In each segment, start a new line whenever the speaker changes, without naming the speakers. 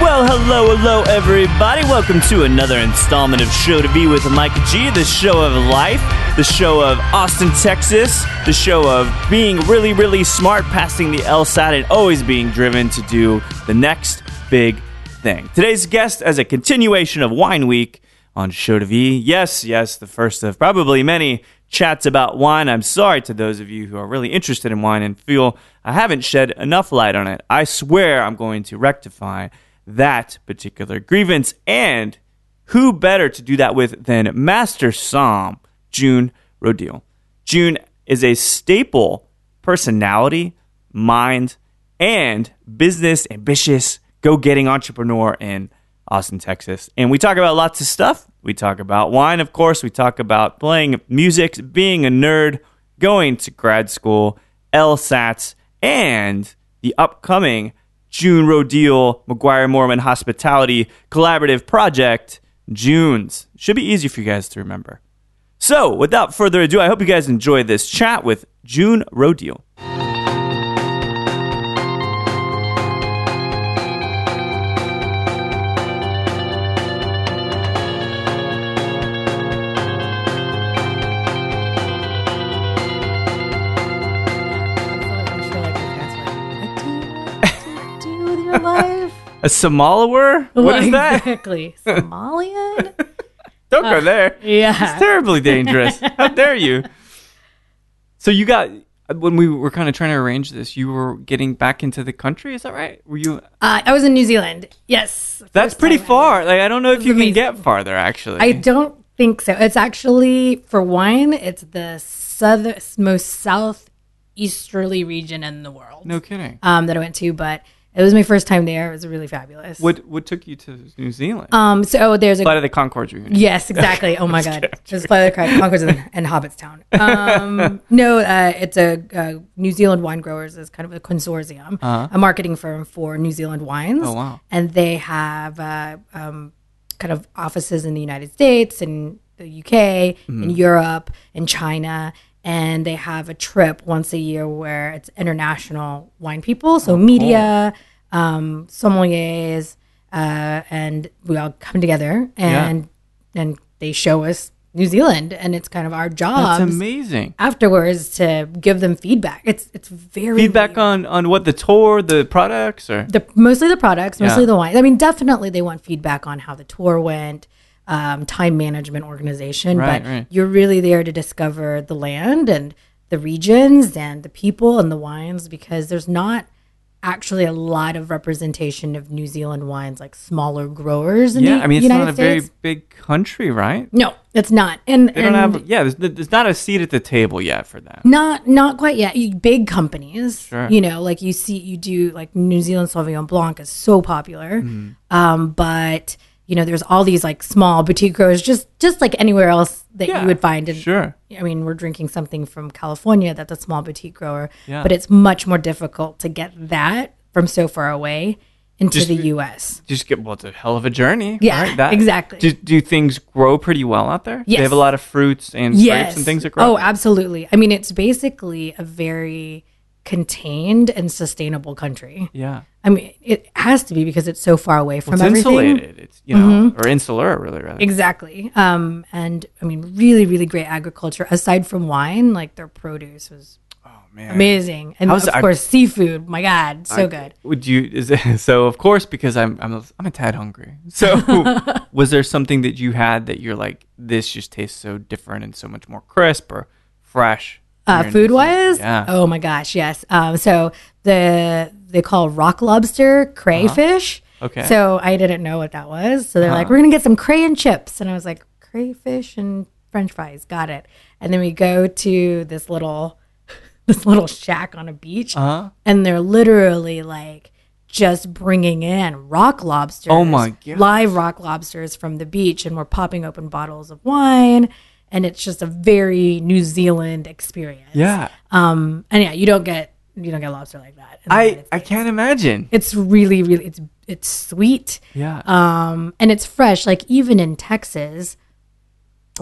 Well, hello, hello, everybody. Welcome to another installment of Show to Be with Mike G, the show of life, the show of Austin, Texas, the show of being really, really smart, passing the L side, and always being driven to do the next big thing. Today's guest, as a continuation of Wine Week on Show to Be, yes, yes, the first of probably many chats about wine. I'm sorry to those of you who are really interested in wine and feel I haven't shed enough light on it. I swear I'm going to rectify that particular grievance. And who better to do that with than Master Psalm June Rodil? June is a staple personality, mind, and business ambitious, go getting entrepreneur in Austin, Texas. And we talk about lots of stuff. We talk about wine, of course. We talk about playing music, being a nerd, going to grad school, LSATs, and the upcoming June Rodil McGuire Mormon Hospitality Collaborative Project, June's. Should be easy for you guys to remember. So, without further ado, I hope you guys enjoy this chat with June Rodil.
Oh,
A Somaliwer? What is that?
Exactly. Somalian?
Don't go there. It's
yeah.
terribly dangerous. How dare you? So you got when we were kind of trying to arrange this, you were getting back into the country. Is that right? Were you?
Uh, I was in New Zealand. Yes.
That's
First
pretty
time I-
far. Like I don't know if you can
amazing.
get farther. Actually,
I don't think so. It's actually, for wine, it's the southern, most southeasterly region in the world
no kidding.
um, that I went to, but it was my first time there. It was really fabulous.
What what took you to New Zealand?
um, so there's a
Flight of the Concorde reunion.
Yes, exactly. Oh my God, just fly the crack, Concords and, and Hobbitstown. Um, no, uh, it's a uh, New Zealand Wine Growers is kind of a consortium, a marketing firm for New Zealand wines.
Uh-huh. Oh, wow.
And they have uh, um, kind of offices in the United States and the UK,
Mm-hmm.
in Europe, in China. And they have a trip once a year where it's international wine people,
Oh,
so media, um, sommeliers, uh, and we all come together and and they show us New Zealand, and it's kind of our
That's
job
amazing.
afterwards to give them feedback. It's it's very
Feedback
weird.
on on what the tour, the products, or
the mostly the products, mostly
Yeah.
the wine. I mean, definitely they want feedback on how the tour went, um, time management, organization.
Right,
but
right.
you're really there to discover the land and the regions and the people and the wines because there's not actually a lot of representation of New Zealand wines like smaller growers. In
yeah.
the
I mean, it's
United
not a
States.
very big country, right?
No, it's not. And
They
and
don't have. Yeah, there's, there's not a seat at the table yet for that.
not not quite yet. You- Big companies,
Sure.
you know, like you see, you do like New Zealand Sauvignon Blanc is so popular,
Mm-hmm.
um, but you know, there's all these like small boutique growers, just just like anywhere else that
Yeah,
you would find. In,
Sure.
I mean, we're drinking something from California that's a small boutique grower,
Yeah.
but it's much more difficult to get that from so far away into
Just
the
be-
U.S.
just get well it's a hell of a journey
Yeah,
right? That-
exactly.
do, do things grow pretty well out there
Yes.
they have a lot of fruits and grapes and things that grow
Oh, absolutely. I mean, it's basically a very contained and sustainable country.
yeah
I mean, it has to be because it's so far away from
it's
everything. Mm-hmm.
insulated it's you know or insular really rather
Exactly. Um, and I mean, really, really great agriculture. Aside from wine, like their produce was
oh man
amazing, and
How's
of
our-
course, seafood. My God, so good.
would you is it, so of course because i'm i'm a, I'm a tad hungry so was there something that you had that you're like this just tastes so different and so much more crisp or fresh
Uh, food wise,
Yeah.
oh my gosh, yes. Um, so the they call rock lobster crayfish.
Uh-huh. Okay. Uh-huh.
So I didn't know what that was. So they're like, we're gonna get some cray and chips, and I was like, crayfish and French fries, got it. And then we go to this little this little shack on a beach,
uh-huh
and they're literally like just bringing in rock lobsters.
Oh my God.
Live rock lobsters from the beach, and we're popping open bottles of wine, and it's just a very New Zealand experience.
Yeah.
Um. And yeah, you don't get you don't get lobster like that. in the
I
United
I can't imagine.
it's really really it's it's sweet
Yeah.
um and it's fresh like even in texas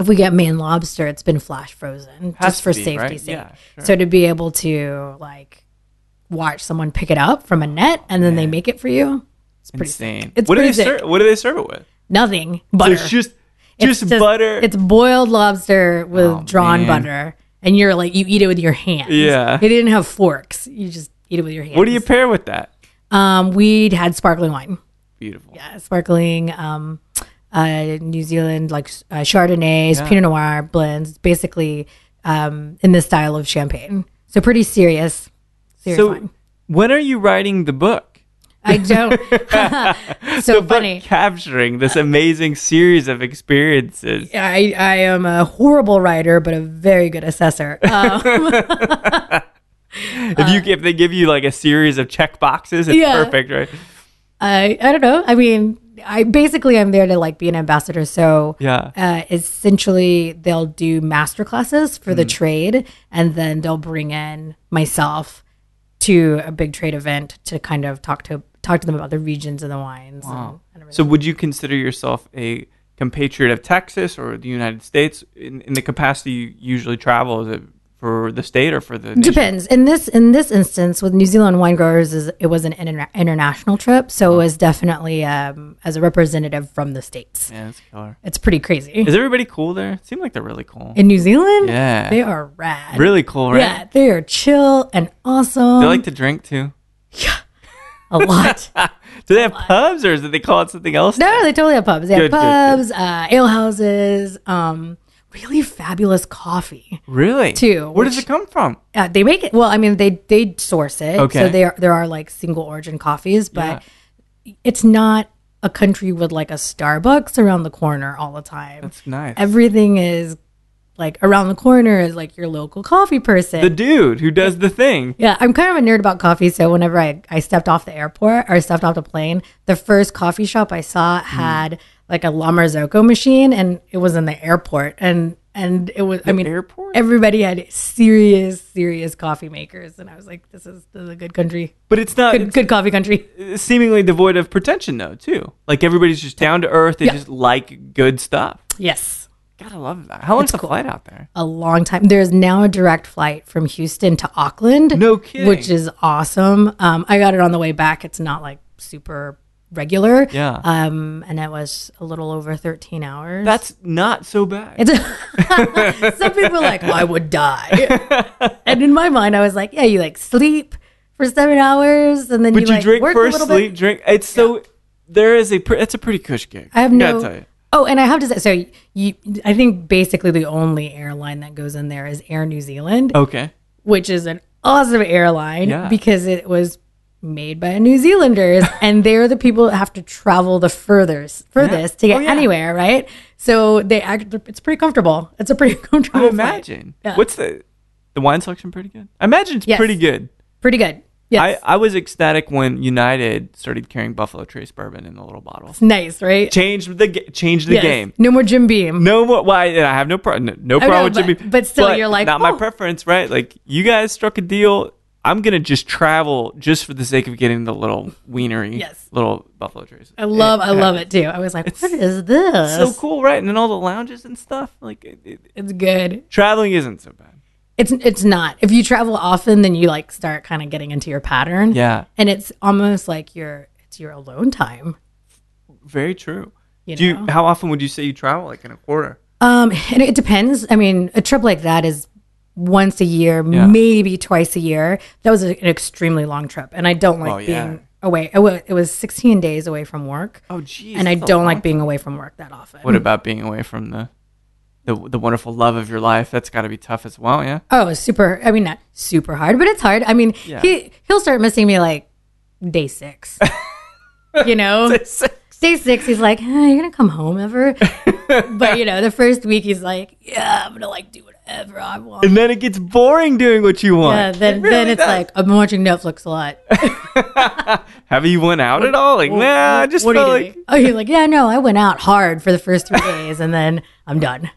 if we get Maine lobster, it's been flash frozen
Has
just for
to be,
safety's
right?
sake.
Yeah, sure.
So to be able to like watch someone pick it up from a net and then they make it for you, it's pretty
Insane.
It's
what do they
pretty sick.
serve? What do they serve it with?
nothing butter.
It's just
It's
just butter. Oh,
It's boiled lobster with drawn
man.
butter, and you're like you eat it with your hands.
Yeah.
they didn't have forks. You just eat it with your hands.
what do you pair with that?
Um, we had sparkling wine.
Beautiful.
uh, sparkling um, uh, New Zealand like uh, Chardonnays, Pinot Noir blends, basically um, in the style of champagne. So pretty serious, serious
so
wine.
when are you writing the book?
I don't. so
But
funny.
capturing this amazing series of experiences.
I, I am a horrible writer, but a very good assessor. Um,
if you if they give you like a series of check boxes, it's
Uh, Yeah.
perfect, right?
I I don't know. I mean, I basically I'm there to like be an ambassador. So
Yeah.
uh, essentially they'll do master classes for
Mm.
the trade, and then they'll bring in myself to a big trade event to kind of talk to talk to them about the regions and the wines. And, and everything.
So would you consider yourself a compatriot of Texas or the United States in, in the capacity you usually travel? Is it for the state or for the nation?
Depends. In this in this instance with New Zealand wine growers, is it was an interna- international trip, so it was definitely um, as a representative from the states.
Yeah, that's killer.
It's pretty crazy.
Is everybody cool there? It seemed like they're really cool.
in New Zealand,
Yeah.
they are rad.
really cool, right?
Yeah, Um, they are chill and awesome.
They like to drink too.
a lot.
Do they have pubs or is it they call it something else?
no, they totally have pubs. They have
Good, good, good.
pubs, uh, ale houses, um, really fabulous coffee.
Really?
Two,
Where does
which-
it come from?
Uh, they make it. Well, I mean, they they source it.
Okay.
So there there are like single origin coffees, but it's not a country with like a Starbucks around the corner all the time.
That's nice.
Everything is like around the corner is like your local coffee person.
the dude who does the thing.
Yeah, I'm kind of a nerd about coffee. So whenever I, I stepped off the airport or stepped off the plane, the first coffee shop I saw
Hmm.
had like a La Marzocco machine and it was in the airport. And and it was I mean
airport?
everybody had serious, serious coffee makers. And I was like, this is, this is a good country.
But it's not
Good good coffee country.
it's seemingly devoid of pretension though, too. Like everybody's just down to earth. They just like good stuff.
Yes.
Gotta love that. How long's the flight out there?
A long time. There is now a direct flight from Houston to Auckland.
No kidding.
Which is awesome. Um, I got it on the way back. It's not like super regular.
Yeah.
Um, and it was a little over 13 hours.
That's not so bad.
It's- some people are like, I would die. and in my mind, I was like, yeah, you like sleep for seven hours and then
but
you,
you,
like
drink
work a
first,
little
sleep,
bit.
drink. It's so there is a. Pre- it's a pretty cush gig.
I have
gotta
no.
tell you.
Oh, and I have to say, so you, I think basically the only airline that goes in there is Air New Zealand.
Okay.
which is an awesome airline
Yeah.
because it was made by New Zealanders and they're the people that have to travel the furthest furthest to get
Oh, yeah.
anywhere, right? So they act it's pretty comfortable. It's a pretty comfortable
I
flight.
imagine.
Yeah.
What's the the wine selection? Pretty good. I imagine it's
Yes.
pretty good.
Pretty good. Yes.
I I was ecstatic when United started carrying Buffalo Trace bourbon in the little bottle.
it's nice, right?
Changed the ga- changed the
Yes.
game.
No more Jim Beam.
No more. Why? and I have no problem. No, no
I
problem
know,
with Jimmy.
but- but still you're like,
not my
oh.
preference, right? Like you guys struck a deal. I'm gonna just travel just for the sake of getting the little wienery,
Yes. Oh.
little Buffalo Trace.
I love I love it too. I was like, what is this?
so cool, right? And then all the lounges and stuff. Like it, it-
It's good.
traveling isn't so bad.
It's it's not. If you travel often, then you like start kind of getting into your pattern.
Yeah,
And it's almost like your it's your alone time.
very true.
You
Do
know?
you, how often would you say you travel? Like in a quarter?
Um, and it depends. I mean, a trip like that is once a year,
Yeah.
maybe twice a year. That was a- an extremely long trip, and I don't like
Oh, yeah.
being away. It wa- it was 16 days away from work,
Oh, geez.
and I don't like being away from work that often.
What about being away from the the the wonderful love of your life? That's got to be tough as well. Yeah.
Oh, it's super. I mean, not super hard, but it's hard. I mean,
Yeah.
he he'll start missing me like day six. you know, day six, he's like, "Huh, "You're gonna come home ever?" but you know, the first week, he's like, "Yeah, I'm gonna like do whatever I want."
and then it gets boring doing what you want.
Yeah, then,
It really
then it's
does.
like I'm watching Netflix a lot.
Have you went out at all? Like, nah, I just
what
felt
are you
like
doing? Oh, you're like, yeah, no, I went out hard for the first three days and then I'm done.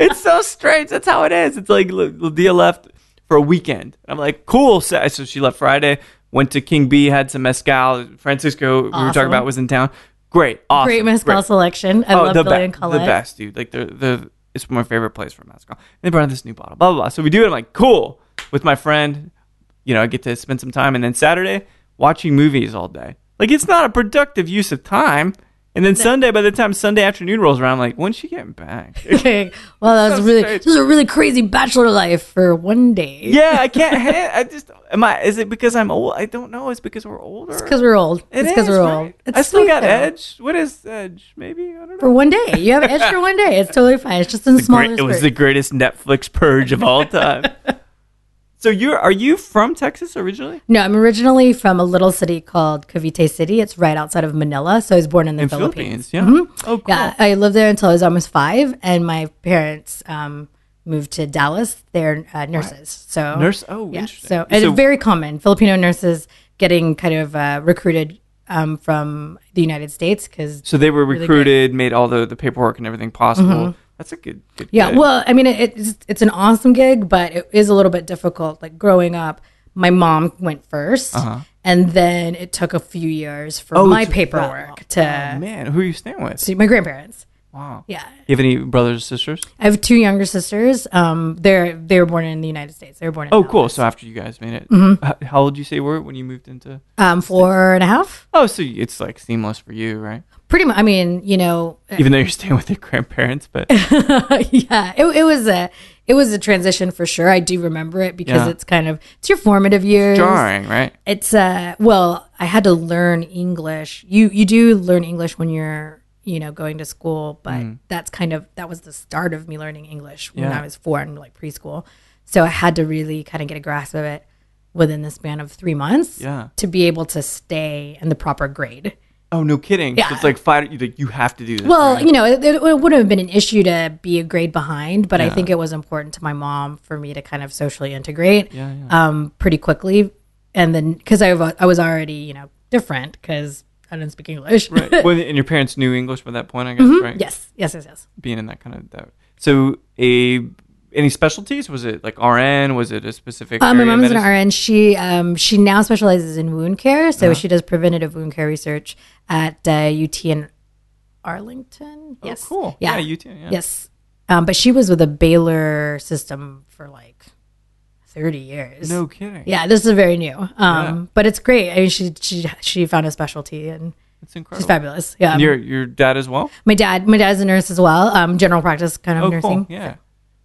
it's so strange. That's how it is. It's like L- Lydia left for a weekend. I'm like, cool. So, so she left Friday, went to King B, had some mezcal. Francisco, we were talking
Awesome.
about, was in town. Great, awesome,
Great mezcal selection. I love
Oh, the,
Billy
be-
and
the
Colette.
best, dude. Like the the it's my favorite place for mezcal. And they brought in this new bottle, blah blah. blah. So we do it. I'm like, cool, with my friend. You know, I get to spend some time, and then Saturday watching movies all day. Like it's not a productive use of time. And then Sunday, by the time Sunday afternoon rolls around, I'm like, when's she getting back?
well, that was really
strange.
this is a really crazy bachelor life for one day.
yeah, I can't. ha- I just am I. Is it because I'm old? I don't know. It's because we're older. It's
because we're old. it's because we're old. It's
I still
sweet,
got
though.
edge. What is edge? Maybe I don't know.
for one day. You have edge for one day. It's totally fine. It's just in smaller.
Great- it was the
spurts.
greatest Netflix purge of all time. so you're are you from Texas originally?
no, I'm originally from a little city called Cavite City. It's right outside of Manila. So I was born in the
In
Philippines. Mm-hmm.
Philippines, yeah. Oh, cool.
Yeah, I lived there until I was almost five, and my parents um, moved to Dallas. They're uh, nurses, so
Nurse- oh,
yeah.
interesting.
So it's
So-
very common Filipino nurses getting kind of uh, recruited um, from the United States because
So they were
good. Mm-hmm.
recruited, made all the, the paperwork and everything possible. That's a good, good
Yeah,
gig.
well, I mean, it, it's it's an awesome gig, but it is a little bit difficult. Like growing up, my mom went 1st
Uh-huh.
and then it took a few years for my
it's-
paperwork to
man, who are you staying with?
to my grandparents.
Wow.
Yeah,
You have any brothers or sisters?
I have two younger sisters. Um, they're they were born in the United States. They were born. In
Oh,
Dallas.
cool. So after you guys made it,
Mm-hmm.
h- how old did you say you were when you moved into?
Um, four and a half.
Oh, so it's like seamless for you, right?
Pretty much. I mean, you know,
Even though you're staying with your grandparents, but
yeah, it, it was a it was a transition for sure. I do remember it because
Yeah.
it's kind of it's your formative years.
jarring, right?
it's uh well i had to learn english you you do learn english when you're you know going to school but that's kind of that was the start of me learning english when
Mm. Yeah.
i was four in like preschool so i had to really kind of get a grasp of it within the span of three months
Yeah.
to be able to stay in the proper grade
Oh, no kidding. So it's like fight. You like you have to do this.
well
right?
you know it, it wouldn't have been an issue to be a grade behind but i think it was important to my mom for me to kind of socially integrate um, pretty quickly and then because I, wa- I was already you know different because i didn't speak english
Right. Well, and your parents knew English by that point, I guess,
Mm-hmm.
right?
yes yes yes yes
Being in that kind of that. So a any specialties? Was it like RN? Was it a specific?
um, my
area of
mom's an
medicine?
RN. She um, she now specializes in wound care,
Uh-huh.
so she does preventative wound care research at uh, UT in Arlington. Yes,
Oh, Cool.
Yeah,
you too. Yeah.
Yes. Um, but she was with a Baylor system for like 30 years.
No kidding.
Yeah, this is very new. Um,
Yeah.
but it's great. I mean, she she she found a specialty and
It's
she's
incredible.
fabulous. Yeah.
Oh. And your your dad as well.
my dad, my dad's a nurse as well. Um, general practice kind of
Oh, cool.
nursing.
Yeah.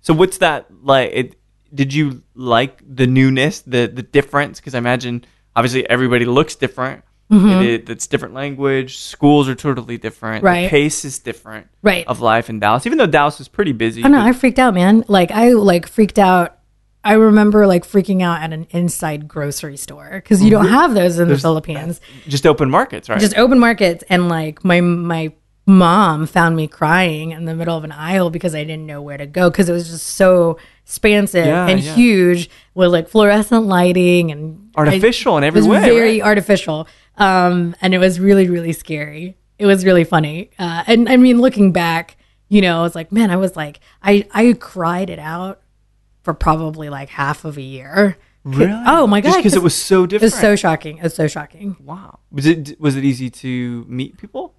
So what's that like? It, did you like the newness, the the difference? Because I imagine obviously everybody looks different.
Mm-hmm.
It, it's different language. Schools are totally different. The
Right.
pace is different.
Right.
Of life in Dallas, even though Dallas is pretty busy.
I don't know. I freaked out, man. Like I like freaked out. I remember like freaking out at an inside grocery store because
Oh,
you don't have those in the Philippines.
but Just open markets, right?
just open markets and like my my mom found me crying in the middle of an aisle because I didn't know where to go because it was just so expansive
Yeah,
and
yeah.
huge with like fluorescent lighting and
Artificial in
it
every
was
way.
very
right?
artificial um and it was really really scary it was really funny uh and I mean looking back you know I was like man I was like I I cried it out for probably like half of a year
Really?
oh my
Just
God,
because it
'cause
was so
it
different.
was so shocking it was so shocking
wow. Was it was it easy to meet people?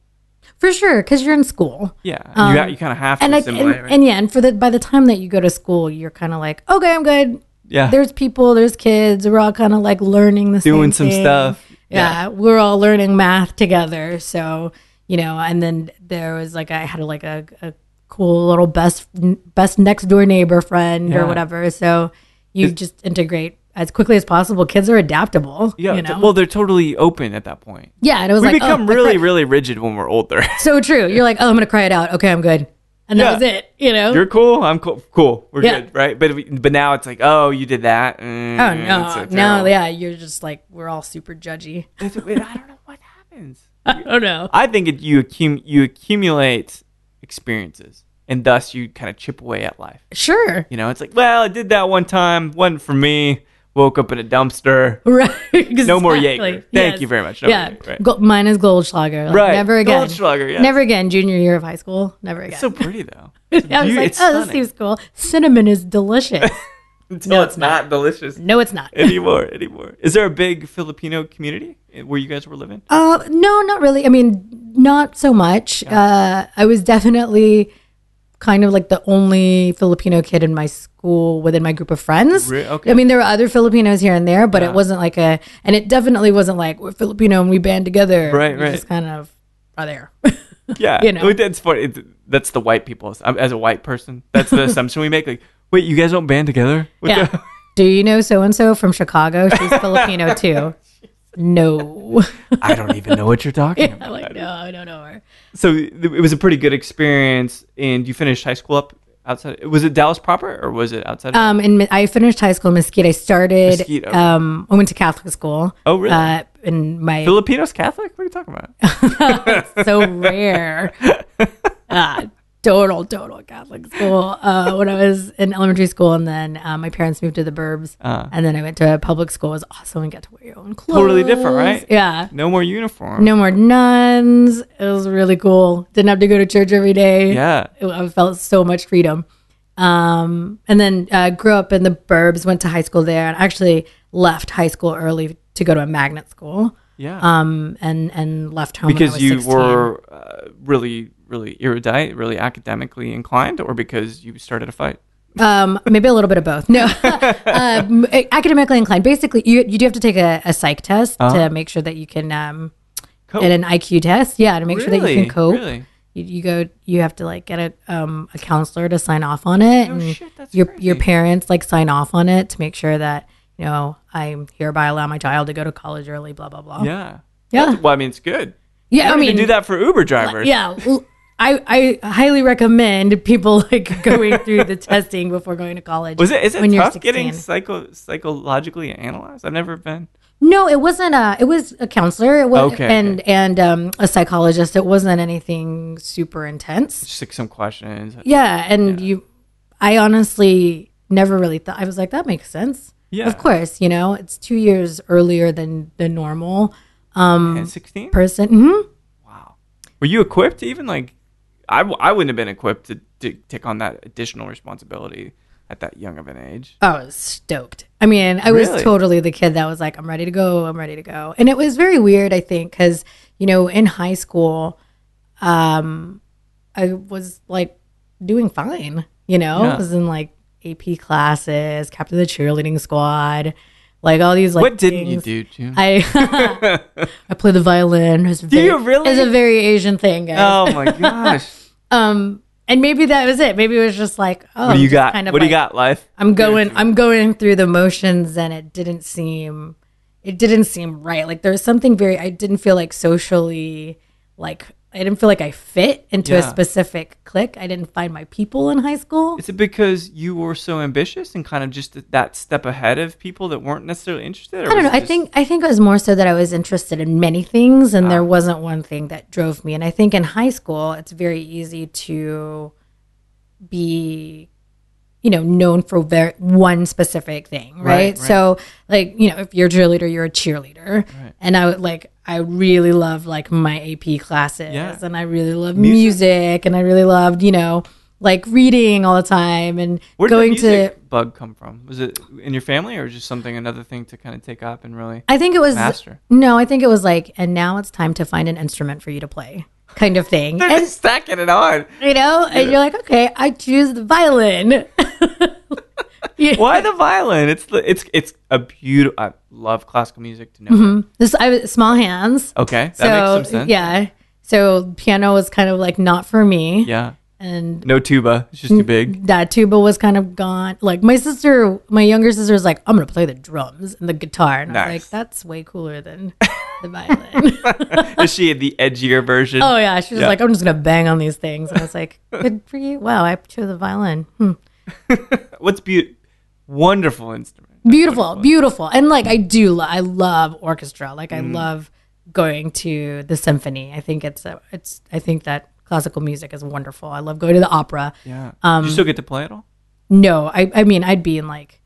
for sure because you're in school
Yeah. you ha- you kind of have
Um, and
to
I,
assimilate.
and,
right?
and yeah, and for the by the time that you go to school, you're kind of like, okay, I'm good.
yeah.
There's people, there's kids. We're all kind of like learning the
Doing some
same thing.
stuff.
Yeah, we're all learning math together. So you know, and then there was like I had like a, a cool little best best next door neighbor friend
Yeah.
or whatever. So you just integrate as quickly as possible. Kids are adaptable.
Yeah.
you
t-
know?
well, they're totally open at that point.
yeah, and it was
We
like oh,
become
I
really,
cried.
really rigid when we're older.
so true. You're like, oh, I'm gonna cry it out. Okay, I'm good, and
Yeah.
that was it. You know,
You're cool. I'm cool. Cool. We're
Yeah.
good, right? But we, but now it's like, oh, you did that. Mm,
Oh
it's so
no, no,
terrible.
yeah, you're just like we're all super judgy.
It's- it- I don't know what happens.
I don't know.
I think it, you accum- you accumulate experiences, and thus you kind of chip away at life.
Sure,
You know, it's like, well, I did that one time, wasn't for me. woke up in a dumpster.
Right. exactly.
No more Jaeger. Thank you very much. No more
yeah.
Jaeger, right.
Go- mine is Goldschlager. Like,
Right.
Never again.
Goldschlager, yes.
Never again. Junior year of high school. Never again.
It's so pretty though.
I was
beaut-
like,
it's
oh, this
stunning."
seems cool. Cinnamon is delicious.
no, it's not delicious
no, it's not.
anymore. Anymore. Is there a big Filipino community where you guys were living?
Uh, no, not really. I mean, not so much. Uh, I was definitely kind of like the only Filipino kid in my school within my group of friends.
Re- okay.
I mean, there were other Filipinos here and there, but it wasn't like a, and it definitely wasn't like we're Filipino and we band together.
Right,
We
right.
Just kind of are there.
Yeah,
You know.
Well, that's for it, that's the white people. I'm- As a white person, that's the assumption we make. Like, wait, you guys don't band together? What
yeah.
the-
Do you know so and so from Chicago? She's Filipino too. No.
I don't even know what you're talking
I'm
about.
like, no, I don't know her.
So th- it was a pretty good experience, and you finished high school up outside. Was it Dallas proper, or was it outside? of-
Um, and Mi- I finished high school in Mesquite. I started.
Mesquite, okay.
Um, I went to Catholic school.
Oh, really?
Uh, and my
Filipinos Catholic? What are you talking about?
so rare. Uh, total, total Catholic school. Uh, when I was in elementary school, and then uh, my parents moved to the burbs, and then I went to a public school. It was awesome and got to wear your own clothes.
Ah. Totally different, right?
Yeah.
No more uniform.
No more nuns. It was really cool. Didn't have to go to church every day.
Yeah.
I felt so much freedom. Um, and then uh, grew up in the burbs, went to high school there, and actually left high school early to go to a magnet school.
Yeah.
Um, and and left home when I
because
was
you
16.
were uh, really, really erudite, really academically inclined, or because you started a fight?
um, maybe a little bit of both. No, um, academically inclined. Basically, you you do have to take a, a psych test to make sure that you can um,
Uh-huh. Cope.
and an IQ test. Yeah, to make sure that you
Really?
can cope.
Really?
You, you go. You have to like get a um, a counselor to sign off on it, and
Oh, shit, that's
your
crazy.
your parents like sign off on it to make sure that you know I hereby allow my child to go to college early. Blah blah blah.
Yeah.
Yeah.
That's- well, I mean, it's good.
Yeah, I
We
mean,
do that for Uber drivers.
yeah. l- I, I highly recommend people like going through the testing before going to college.
Was it is it
when you're
tough getting
16.
psycho psychologically analyzed? I've never been.
No, it wasn't a. It was a counselor. It was
Okay,
and and um, a psychologist. It wasn't anything super intense.
Just like some questions.
Yeah, and you, I honestly never really thought. I was like, that makes sense.
Yeah.
of course. You know, it's two years earlier than the normal Mm.
At sixteen?
person. Mhm.
Wow. Were you equipped to even like? I, w- I wouldn't have been equipped to, to take on that additional responsibility at that young of an age.
I was stoked. I mean, I was
Really?
totally the kid that was like, I'm ready to go. I'm ready to go. And it was very weird, I think, because, you know, in high school, um, I was like doing fine, you know,
Yeah.
I was in like AP classes, captain of the cheerleading squad, like all these like.
What didn't you
things.
do, June?
I I play the violin. It's do
you really?
It's a very Asian thing, guys.
oh my gosh!
Um, and maybe that was it. Maybe it was just like, oh,
What do you
just
got?
Kind of
what do you
like-
got, life?
I'm going I'm going through the motions and it didn't seem it didn't seem right. Like there was something very I didn't feel like socially like I didn't feel like I fit into a
Yeah.
specific clique. I didn't find my people in high school.
Is it because you were so ambitious and kind of just that step ahead of people that weren't necessarily interested? Or
I
was
don't know.
it
I
just-
think I think it was more so that I was interested in many things and
Ah.
there wasn't one thing that drove me. And I think in high school it's very easy to be you know known for ver- one specific thing right?
right.
so like you know if you're a cheerleader you're a cheerleader and i would like i really loved like my ap classes
Yeah.
and i really loved music. and i really loved you know like reading all the time and
Where did
going
the music
to
bug come from? Was it in your family or just something another thing to kind of take up and really?
i think it was
Master.
no i think it was like and now it's time to find an instrument for you to play kind of thing
They're
and
just stacking it on.
you know and you're like okay i choose the violin Yeah.
Why the violin? It's the it's it's a beautiful. I love classical music to know.
this i was small hands
Okay, Oh, that
Mm-hmm. so
makes some sense.
yeah so piano was kind of like not for me
yeah.
and
No tuba. It's just
Mm.
too big.
that tuba was kind of gone like my sister my younger sister was like i'm gonna play the drums and the guitar and i was
Nice.
like that's way cooler than the violin
Is she the edgier version?
oh yeah she was
Yeah.
like i'm just gonna bang on these things and i was like good for you wow i chose the violin hmm.
What's beautiful? Wonderful instrument.
beautiful beautiful and like i do lo- i love orchestra like
Mm.
i love going to the symphony i think it's a, it's i think that classical music is wonderful i love going to the opera
Yeah. you still get to play it all?
No, I, I mean, I'd be in like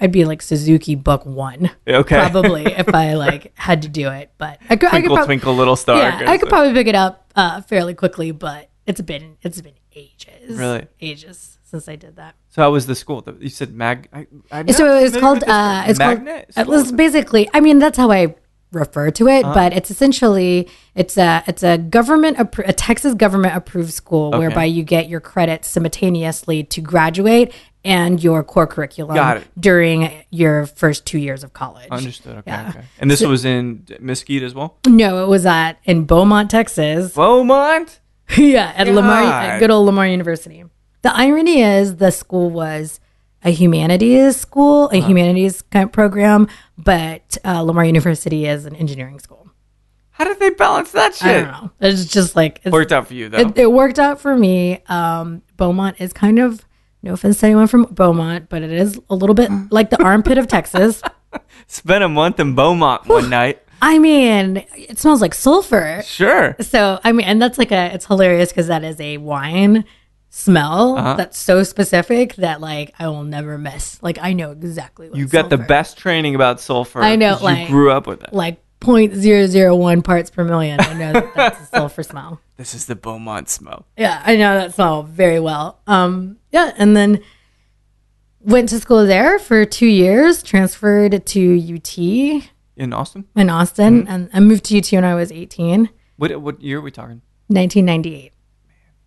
I'd be like Suzuki Book One,
Okay.
probably if I like had to do it. But I could, I could
Twinkle,
probably,
twinkle, little star.
yeah, I
goes
could
there.
probably pick it up uh, fairly quickly. But it's been it's been ages,
Really?
ages since I did that.
So how was the school? The- You said mag. I, I'm not
so it was
familiar
called
with this
uh
term.
it's
magnet.
called
school?
it was basically i mean that's how i refer to
Uh-huh.
it but it's essentially it's a it's a government appro- a texas government approved school whereby you get your credits simultaneously to graduate and your core curriculum
Got it.
during your first two years of college
Understood. Okay,
Yeah.
okay. And this was in Mesquite as well.
no it was at in beaumont texas
Beaumont.
yeah, at Lamar,
God.
at good old Lamar University. The irony is, the school was a humanities school, a humanities kind of program, but uh, Lamar University is an engineering school.
How did they balance that
I
shit?
don't know. It's just like it's,
Worked out for you though.
it, it worked out for me. Um, Beaumont is kind of no offense to anyone from Beaumont, but it is a little bit like the armpit of Texas.
Spent a month in Beaumont one night.
I mean, it smells like sulfur.
Sure.
So I mean, and that's like a it's hilarious because that is a wine smell
Uh-huh.
that's so specific that like I will never miss. Like I know exactly. What
You got the
sulfur-
best training about sulfur.
I know,
'cause you
like-
grew up with it.
like 0.001 parts per million. I know that that's a sulfur smell.
This is the Beaumont smell.
Yeah, I know that smell very well. Um, yeah, and then went to school there for two years, transferred to UT in
In Austin.
Austin,
Mm-hmm.
and I moved to UT when I was 18,
What what year are we talking?
1998.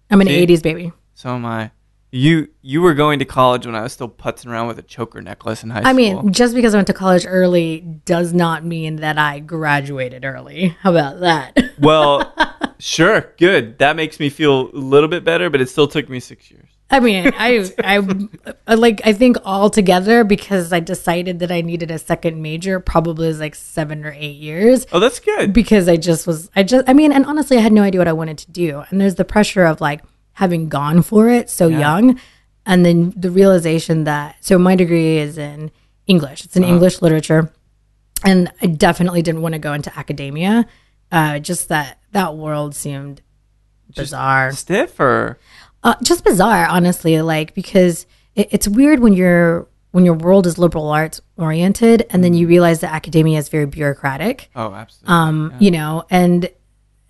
I'm an
See?
80s baby.
So am I. You you were going to college when I was still putzing around with a choker necklace in high school.
I mean, just because I went to college early does not mean that I graduated early. How about that?
Well, sure, good. That makes me feel a little bit better, but it still took me six years.
I mean, I, I, I like, I think altogether because I decided that I needed a second major probably was like seven or eight years
Oh, that's good.
because I just was, I just, I mean, and honestly, I had no idea what I wanted to do. And there's the pressure of like having gone for it so young. And then the realization that, so my degree is in English, it's in English literature. And I definitely didn't want to go into academia. Uh, just that, that world seemed bizarre.
Stiff or
Uh, just bizarre, honestly. Like because it, it's weird when you when your world is liberal arts oriented, and then you realize that academia is very bureaucratic.
oh, absolutely.
Um, you know, and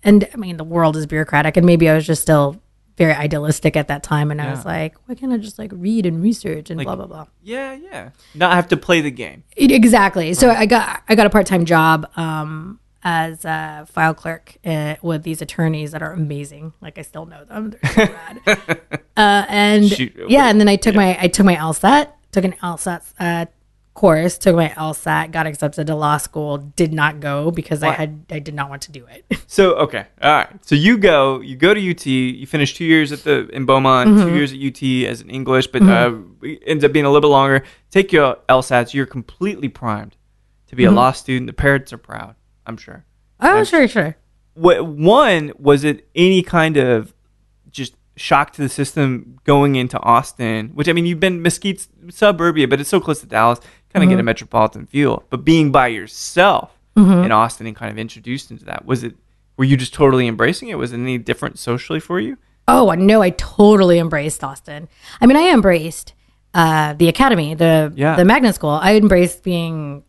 and I mean the world is bureaucratic, and maybe I was just still very idealistic at that time, and I was like, why can't I just like read and research and blah blah blah.
yeah, yeah. Not have to play the game.
It- exactly. So I got I got a part time job um, as a file clerk uh, with these attorneys that are amazing. Like I still know them. They're so rad. Uh, and
Shoot.
yeah, and then I took my I took my LSAT, took an LSAT uh, course, took my LSAT, got accepted to law school. Did not go because I had I did not want to do it.
So okay, all right. So you go, you go to UT. You finish two years at the in Beaumont, two years at UT as an English, but uh, it ends up being a little bit longer. Take your LSATs. You're completely primed to be a law student. The parents are proud, I'm sure.
oh sure sure.
What one was it? Any kind of just shock to the system going into Austin, which I mean, you've been Mesquite's suburbia, but it's so close to Dallas, kind of get a metropolitan feel. But being by yourself in Austin and kind of introduced into that, was it? Were you just totally embracing it? Was it any different socially for you?
Oh no, I totally embraced Austin. I mean, I embraced uh, the academy, the
Yeah.
the magnet school. I embraced being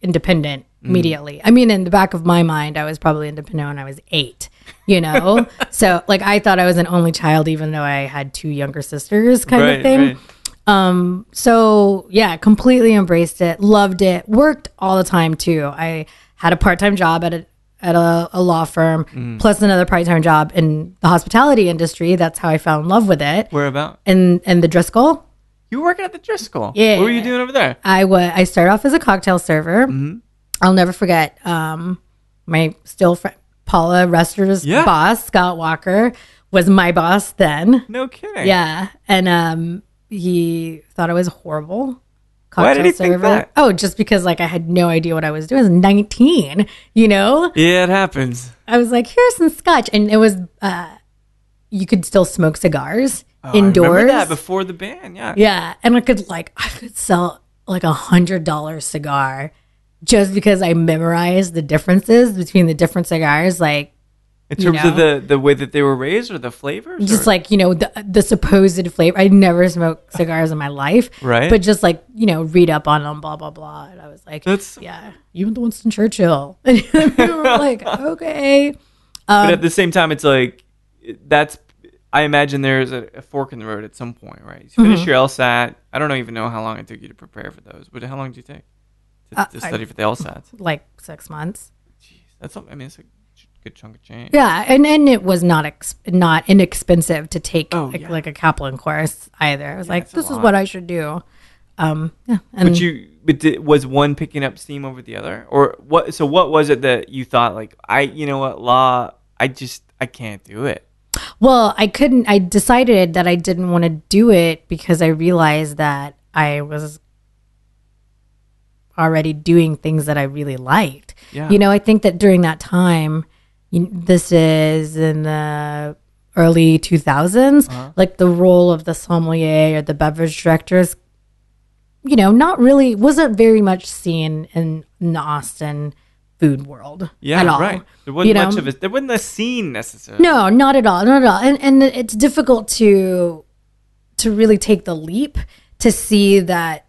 independent immediately. I mean, in the back of my mind, I was probably independent when I was eight. You know, so like I thought I was an only child, even though I had two younger sisters, kind of thing. Um, so yeah, completely embraced it, loved it, worked all the time too. I had a part time job at a at a, a law firm, plus another part time job in the hospitality industry. That's how I fell in love with it.
Where about?
And and the Driscoll,
You were working at the Driscoll.
Yeah.
What were you doing over there?
I was I started off as a cocktail server.
Mm-hmm.
I'll never forget um, my still friend Paula Rester's
Yeah.
boss, Scott Walker, was my boss then.
No kidding.
Yeah, and um, he thought I was horrible.
Why did he
cocktail
think that?
Oh, just because like I had no idea what I was doing. I was nineteen, you know.
Yeah, it happens.
I was like, here's some scotch, and it was uh, you could still smoke cigars indoors.
Oh, I remember that before the ban. Yeah.
Yeah, and I could like I could sell like a hundred dollar cigar just because I memorized the differences between the different cigars. Like
in
You
terms of
know?
the the way that they were raised or the flavors.
just
or-
like you know the the supposed flavor. I never smoked cigars in my life,
Right.
But just like you know, read up on them, blah blah blah. And I was like,
That's-
yeah, even the Winston Churchill. And we were like, okay,
but
Um,
at the same time, it's like that's. I imagine there's a, a fork in the road at some point, right? You finish
Mm-hmm.
your LSAT. I don't even know how long it took you to prepare for those, but how long did you take to, to
Uh, I-
study for the LSATs?
like six months.
That's not, I mean, it's a ch- good chunk of change.
Yeah, and and it was not ex- not inexpensive to take
Oh,
like,
yeah.
like a Kaplan course either. I was like,
it's a
this is
lot.
what I should do. Um, yeah, and
But you, but did, was one picking up steam over the other, or what? So what was it that you thought like I, you know what, law? I just I can't do it.
Well, I couldn't. I decided that I didn't want to do it because I realized that I was already doing things that I really liked.
Yeah.
You know, I think that during that time, you, this is in the early 2000s,
Uh-huh.
like the role of the sommelier or the beverage director is, you know, not really, wasn't very much seen in, in the Austin food world
Yeah,
at all.
right. There wasn't
You
much
know?
of a there wasn't a scene necessarily.
No, not at all, not at all. And and it's difficult to to really take the leap to see that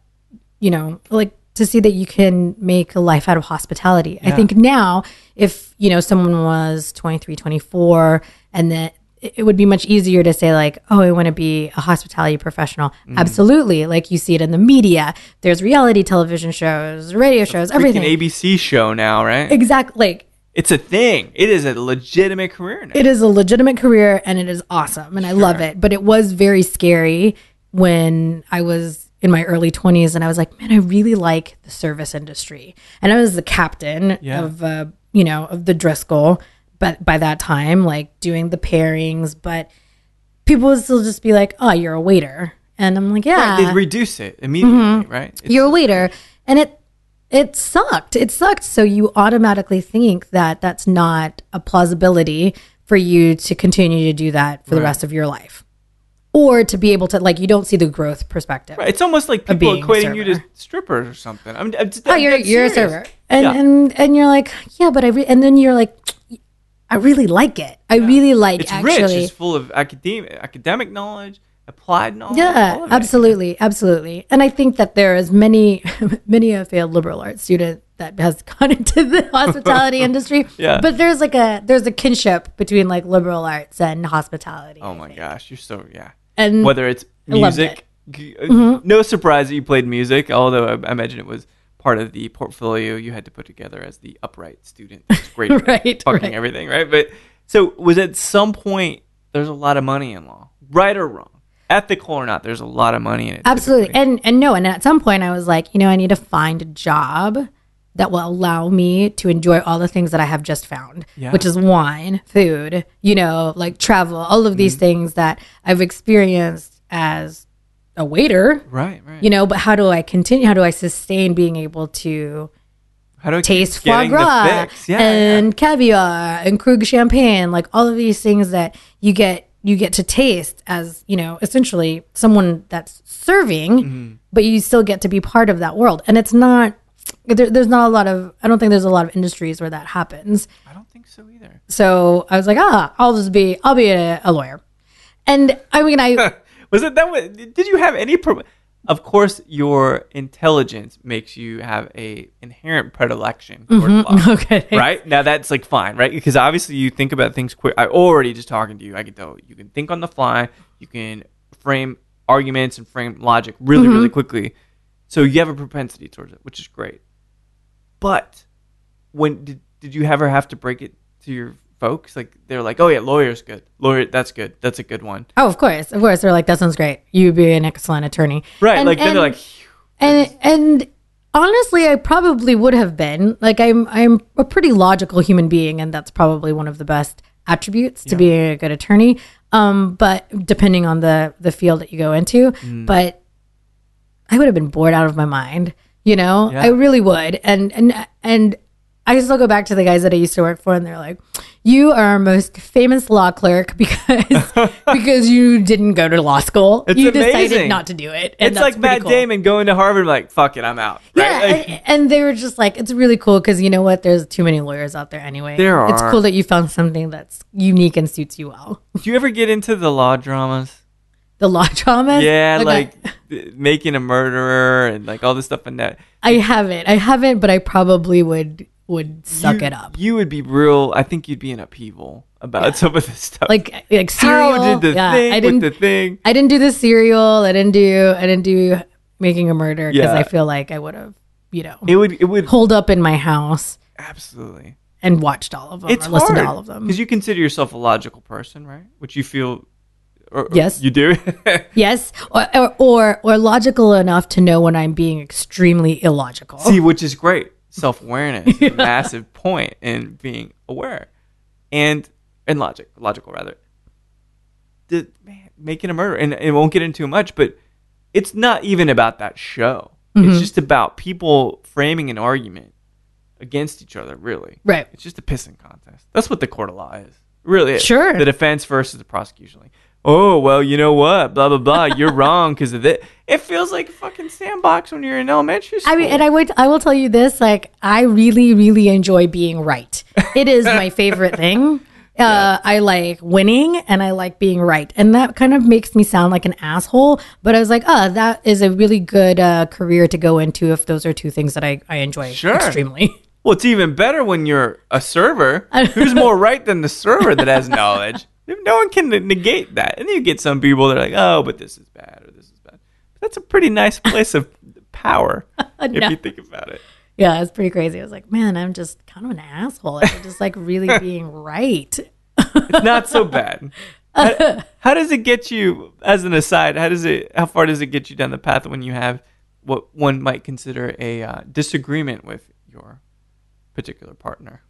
you know, like to see that you can make a life out of hospitality. I think now if, you know, someone was 23, 24 and then it it would be much easier to say like, "Oh, I want to be a hospitality professional." Absolutely, like you see it in the media. There's reality television shows, radio shows,
Freaking
everything.
ABC show now, right?
exactly. Like
it's a thing. It is a legitimate career now.
it is a legitimate career and it is awesome and I love it. But it was very scary when I was in my early 20s and I was like, man, I really like the service industry. And I was the captain
Yeah.
of, uh, you know, of the Driscoll, but by that time, like doing the pairings, but people would still just be like, oh, you're a waiter. And I'm like, yeah Mm-hmm.
They reduce it immediately, right? It's-
you're a waiter and it it sucked it sucked so you automatically think that that's not a plausibility for you to continue to do that for the rest of your life or to be able to like you don't see the growth perspective
Right, It's almost like people
being a
equating you to
server.
strippers or something. I'm, I'm,
oh you're you're a server and
Yeah.
and and you're like yeah but i re-, and then you're like i really like it i really like
It's
actually
rich. It's full of academic academic knowledge, applied knowledge. all
Yeah,
of it.
absolutely, absolutely. And I think that there is many, many a failed liberal arts student that has gone into the hospitality industry.
Yeah.
But there's like a there's a kinship between like liberal arts and hospitality.
Oh my gosh, you're so yeah.
And
Whether it's
Mm. I loved Mm-hmm.
music, g- uh, no surprise that you played music. Although I, I imagine it was part of the portfolio you had to put together as the upright student. It's great, at
Right,
Fucking
right.
everything, right? But so was at some point. There's a lot of money in law, right or wrong, ethical or not. There's a lot of money in it.
absolutely,
typically.
and and no, and at some point I was like, you know, I need to find a job that will allow me to enjoy all the things that I have just found,
Yeah.
which is wine, food, you know, like travel, all of
Mm-hmm.
these things that I've experienced as a waiter
Right, right.
you know but how do i continue how do i sustain being able to
How do I keep
taste foie
getting the
gras
fix? Yeah, yeah.
and caviar and krug champagne like all of these things that you get you get to taste as you know essentially someone that's serving
Mm-hmm.
but you still get to be part of that world and it's not there, there's not a lot of i don't think there's a lot of industries where that happens
I don't think so either.
so i was like ah i'll just be i'll be a, a lawyer and i mean i
was it that way? Did you have any? Pro- of course, your intelligence makes you have a inherent predilection toward law,
okay
right? Now that's like fine, right? Because obviously you think about things quick. I already just talking to you, I can tell you can think on the fly. You can frame arguments and frame logic really, really quickly. So you have a propensity towards it, which is great. But when did, did you ever have to break it to your folks? Like they're like, oh yeah, lawyer's good. Lawyer, that's good. That's a good one.
Oh, of course, of course. They're like, that sounds great. You'd be an excellent attorney,
Right.
And-
like then
and-
they're like, "Phew,
and and honestly, I probably would have been like, I'm I'm a pretty logical human being, and that's probably one of the best attributes to being a good attorney. Um, but depending on the the field that you go into,
Mm.
but I would have been bored out of my mind. You know, I really would, and and and I can still go back to the guys that I used to work for, and they're like, "You are our most famous law clerk because because you didn't go to law school.
It's
you
amazing.
decided not to do it. And
it's
that's
like
pretty
Matt
cool.
Damon going to Harvard, like fuck it, I'm out. Right?
Yeah,
Like,
and, and they were just like, it's really cool because you know what? There's too many lawyers out there anyway.
There
It's
are.
cool that you found something that's unique and suits you well.
do you ever get into the law dramas?
The law dramas.
Yeah,
Okay.
like th- making a murderer and like all this stuff and that.
I haven't. I haven't, but I probably would would suck
You-
it up.
You would be real. I think you'd be in upheaval about some of this stuff.
Like like serial.
how did the
yeah,
thing
I didn't.
with the thing?
I didn't do the serial. I didn't do. I didn't do making a murder because
Yeah.
I feel like I would have, you know,
It would. It would
holed up in my house
absolutely.
and watched all of them.
It's
or listened
hard
to all of them.
because you consider yourself a logical person, right? Which you feel. Or, or
Yes.
you do.
Yes, or, or or or logical enough to know when I'm being extremely illogical.
See, which is great. Self awareness is a massive point in being aware, and and logic, logical rather. The man, making a murder, and it won't get into much, but it's not even about that show.
Mm-hmm.
It's just about people framing an argument against each other. Really,
right.
it's just a pissing contest. That's what the court of law is. It Really, is.
Sure.
The defense versus the prosecution. Like, oh well, you know what? Blah blah blah. You're wrong because of that. It feels like a fucking sandbox when you're in elementary school.
I mean, and I would I will tell you this: like, I really, really enjoy being right. It is my favorite thing. Uh, I like winning and I like being right, and that kind of makes me sound like an asshole. But I was like, oh, that is a really good uh, career to go into if those are two things that I I enjoy
Sure.
extremely.
Well, it's even better when you're a server. Who's more right than the server that has knowledge? No one can negate that. And you get some people that are like, oh, but this is bad or this is bad. That's a pretty nice place of power if you think about it.
yeah, it's pretty crazy. I was like, man, I'm just kind of an asshole. I'm just like really being right.
It's not so bad. How, how does it get you, as an aside, how does it, how far does it get you down the path when you have what one might consider a uh, disagreement with your particular partner?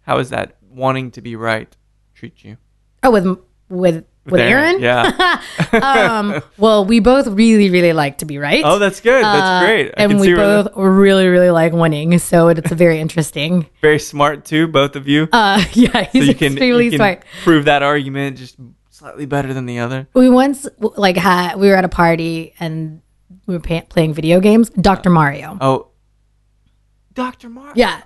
How is that wanting to be right treat you?
Oh, with with with Aaron.
Yeah.
Um, well, we both really, really like to be right.
Oh, that's good.
Uh,
That's great. I
and
can
we
see where
both really, really like winning, so it- it's very interesting.
they're very smart too, both of you.
Uh, yeah, he's
so you can,
extremely
you can
smart.
prove that argument just slightly better than the other.
We once w- like had we were at a party and we were pa- playing video games. Doctor Mario.
Oh, Dr. Mario.
Yeah,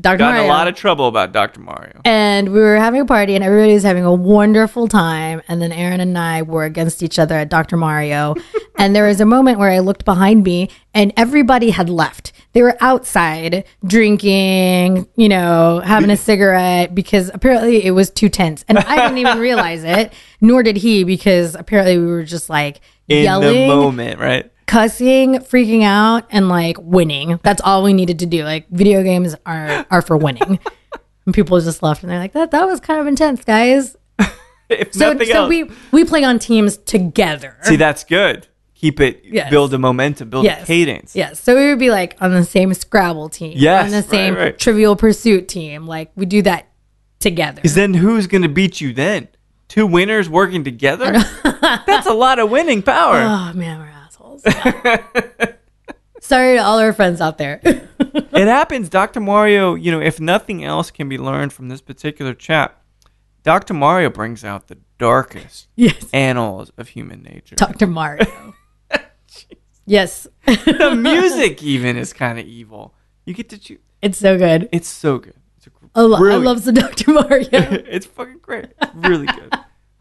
Doctor
Got in
Mario.
a lot of trouble about Dr. Mario.
and we were having a party and everybody was having a wonderful time and then aaron and i were against each other at dr mario and there was a moment where i looked behind me and everybody had left they were outside drinking you know having a cigarette because apparently it was too tense and i didn't even realize it nor did he because apparently we were just like
In the
yelling
moment, right?
cussing, freaking out, and like winning. That's all we needed to do. Like video games are are for winning. and people just left and they're like, that that was kind of intense, guys.
If
So
nothing
so
else.
we we play on teams together.
see, that's good. Keep it,
Yes.
build a momentum, build a
Yes.
cadence.
Yes. So we would be like on the same Scrabble team.
Yes,
On the
right,
same
right.
trivial pursuit team. Like we do that together.
Because then who's going to beat you then? Two winners working together? that's a lot of winning power.
oh man, we're assholes. Sorry to all our friends out there.
it happens. Dr. Mario, you know, if nothing else can be learned from this particular chat, Dr. Mario brings out the darkest
yes.
annals of human nature.
Dr. Mario. yes.
the music even is kind of evil. You get to choose.
It's so good.
It's so good. It's a gr-
I lo- I
brilliant-
love the Dr. Mario.
it's fucking great. It's really good.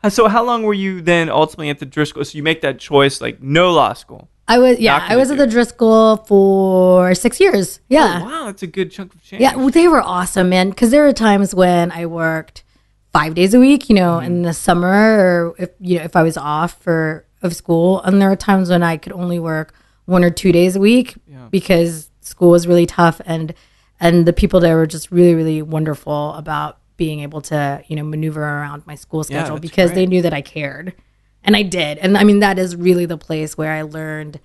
Uh, So how long were you then ultimately at the Driscoll? So you make that choice, like no law school.
I was yeah,
Doctor
I was at the Driscoll for six years. Yeah,
Oh, wow, that's a good chunk of change.
Uh, yeah, well, they were awesome, man. Because there were times when I worked five days a week, you know,
Mm-hmm.
in the summer, or if you know if I was off for of school, and there were times when I could only work one or two days a week because school was really tough, and and the people there were just really really wonderful about being able to you know maneuver around my school schedule
that's
because they knew that I cared, and I did, and I mean that is really the place where I learned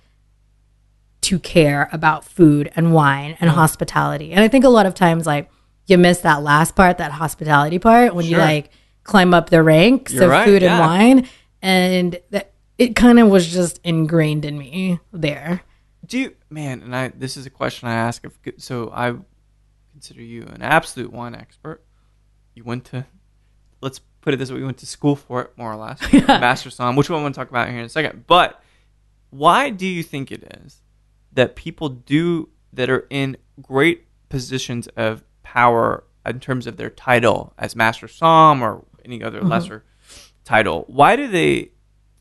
to care about food and wine and hospitality. And I think a lot of times, like, you miss that last part, that hospitality part, when you
Sure.
like climb up the ranks
You're
of
right,
food
yeah.
and wine. And that it kind of was just ingrained in me there.
do you man and i this is a question i ask if so i consider you an absolute wine expert. You went to, let's put it this way, you went to school for it, more or less, master's on, which one I want to talk about here in a second. But why do you think it is that people do that are in great positions of power in terms of their title as master psalm or any other
Mm-hmm.
lesser title why do they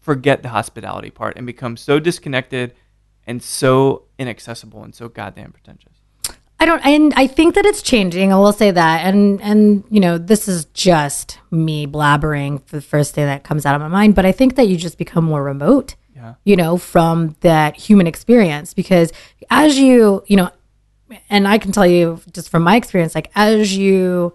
forget the hospitality part and become so disconnected and so inaccessible and so goddamn pretentious
I don't, and I think that it's changing. I will say that, and and you know, this is just me blabbering for the first thing that comes out of my mind. But I think that you just become more remote,
Yeah.
you know, from that human experience because as you, you know, and I can tell you just from my experience, like as you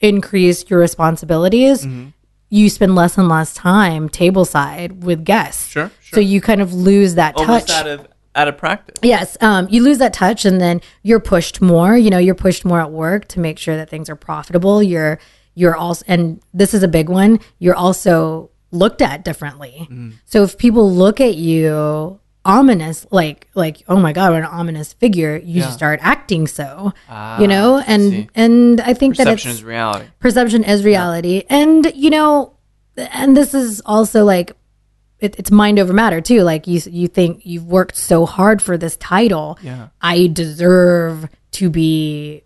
increase your responsibilities,
Mm-hmm.
you spend less and less time tableside with guests.
Sure,
So you kind of lose that
almost
touch.
out of out of practice
Yes, um, you lose that touch, and then you're pushed more. You know, you're pushed more at work to make sure that things are profitable. You're you're also, and this is a big one. You're also looked at differently.
Mm-hmm.
So if people look at you ominous, like like oh my god, what an ominous figure, you start acting so. you know, and and I think that
Ah,
it's
perception is reality
perception is reality and you know and this is also like it, it's mind over matter too like you you think you've worked so hard for this title
Yeah.
i deserve to be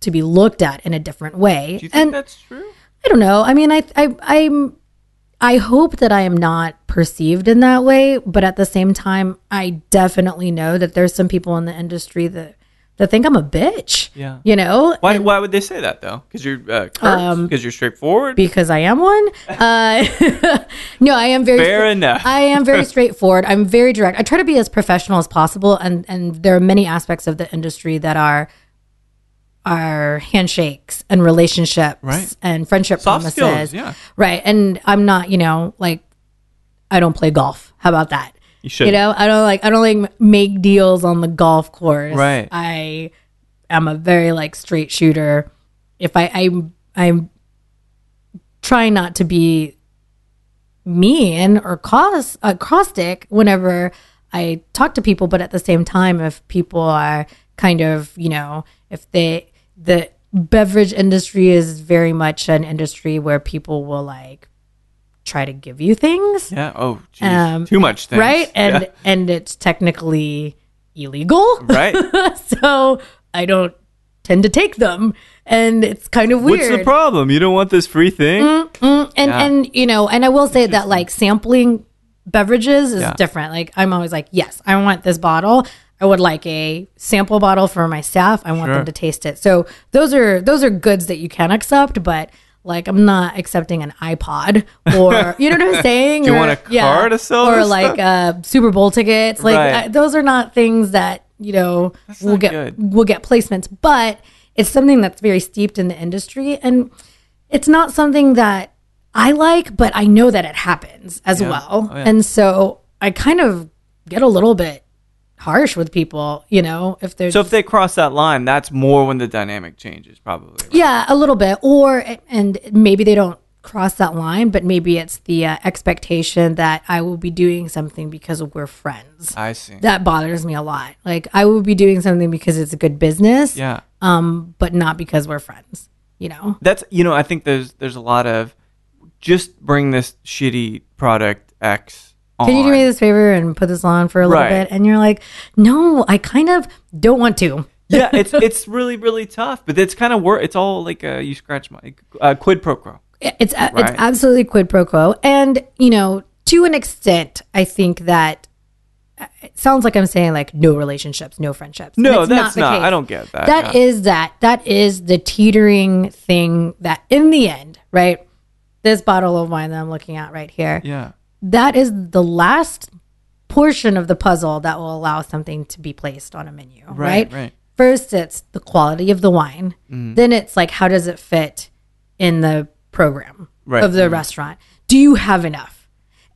to be looked at in a different way
do you think
and
that's true
i don't know i mean I, I i'm i hope that i am not perceived in that way but at the same time i definitely know that there's some people in the industry that that think i'm a bitch
Yeah.
you know
why, why would they say that though because you're uh, because
Um,
you're straightforward
because I am one. Uh, no, I am very
Fair enough.
I am very straightforward. I'm very direct. I try to be as professional as possible, and and there are many aspects of the industry that are are handshakes and relationships
Right.
and friendship
Soft skills,
promises.
yeah.
Right, and I'm not, you know, like I don't play golf. How about that?
you should
You know, I don't like I don't like make deals on the golf course.
Right.
I am a very like straight shooter. If I I'm I'm trying not to be mean or caus- uh, caustic whenever I talk to people, but at the same time, if people are kind of you know if they the beverage industry is very much an industry where people will like try to give you things
yeah oh geez.
Um,
too much things.
right and
Yeah.
and it's technically illegal
right
so i don't tend to take them and it's kind of weird Mm-hmm.
What's the problem? You don't want this free thing?
Mm, and
Yeah.
and you know and i will say that like sampling beverages is
Yeah.
different like i'm always like yes i want this bottle i would like a sample bottle for my staff i want
Sure.
them to taste it so those are those are goods that you can accept but like I'm not accepting an iPod or you know what I'm saying.
you
or,
want a car to sell
or
this
like uh, Super Bowl tickets? Like
Right.
I, those are not things that you know will
not
get
good.
will get placements, but it's something that's very steeped in the industry and it's not something that I like, but I know that it happens as well.
Oh, yeah.
And so I kind of get a little bit harsh with people, you know, if there's
So if they cross that line, that's more when the dynamic changes, probably. right?
yeah, a little bit or and maybe they don't cross that line, but maybe it's the uh, expectation that I will be doing something because we're friends.
I see.
that bothers me a lot. Like I will be doing something because it's a good business,
yeah,
um, but not because we're friends, you know.
that's you know I think there's there's a lot of just bring this shitty product X on.
Can you do me this favor and put this on for a little
Right.
bit? And you're like, no, I kind of don't want to.
yeah, it's it's really really tough, but it's kind of work. It's all like uh, you scratch my uh, quid pro quo.
It's a it's
Right.
absolutely quid pro quo, and you know, to an extent, I think that it sounds like I'm saying like no relationships, no friendships. And
No,
it's
that's
the
not.
case.
I don't get that.
That is
yeah.
that. That is the teetering thing that, in the end, right? This bottle of wine that I'm looking at right here.
yeah.
that is the last portion of the puzzle that will allow something to be placed on a menu, right?
Right, Mm. right.
First, it's the quality of the wine. Then it's like, how does it fit in the program
Right, Mm.
of the restaurant? Do you have enough?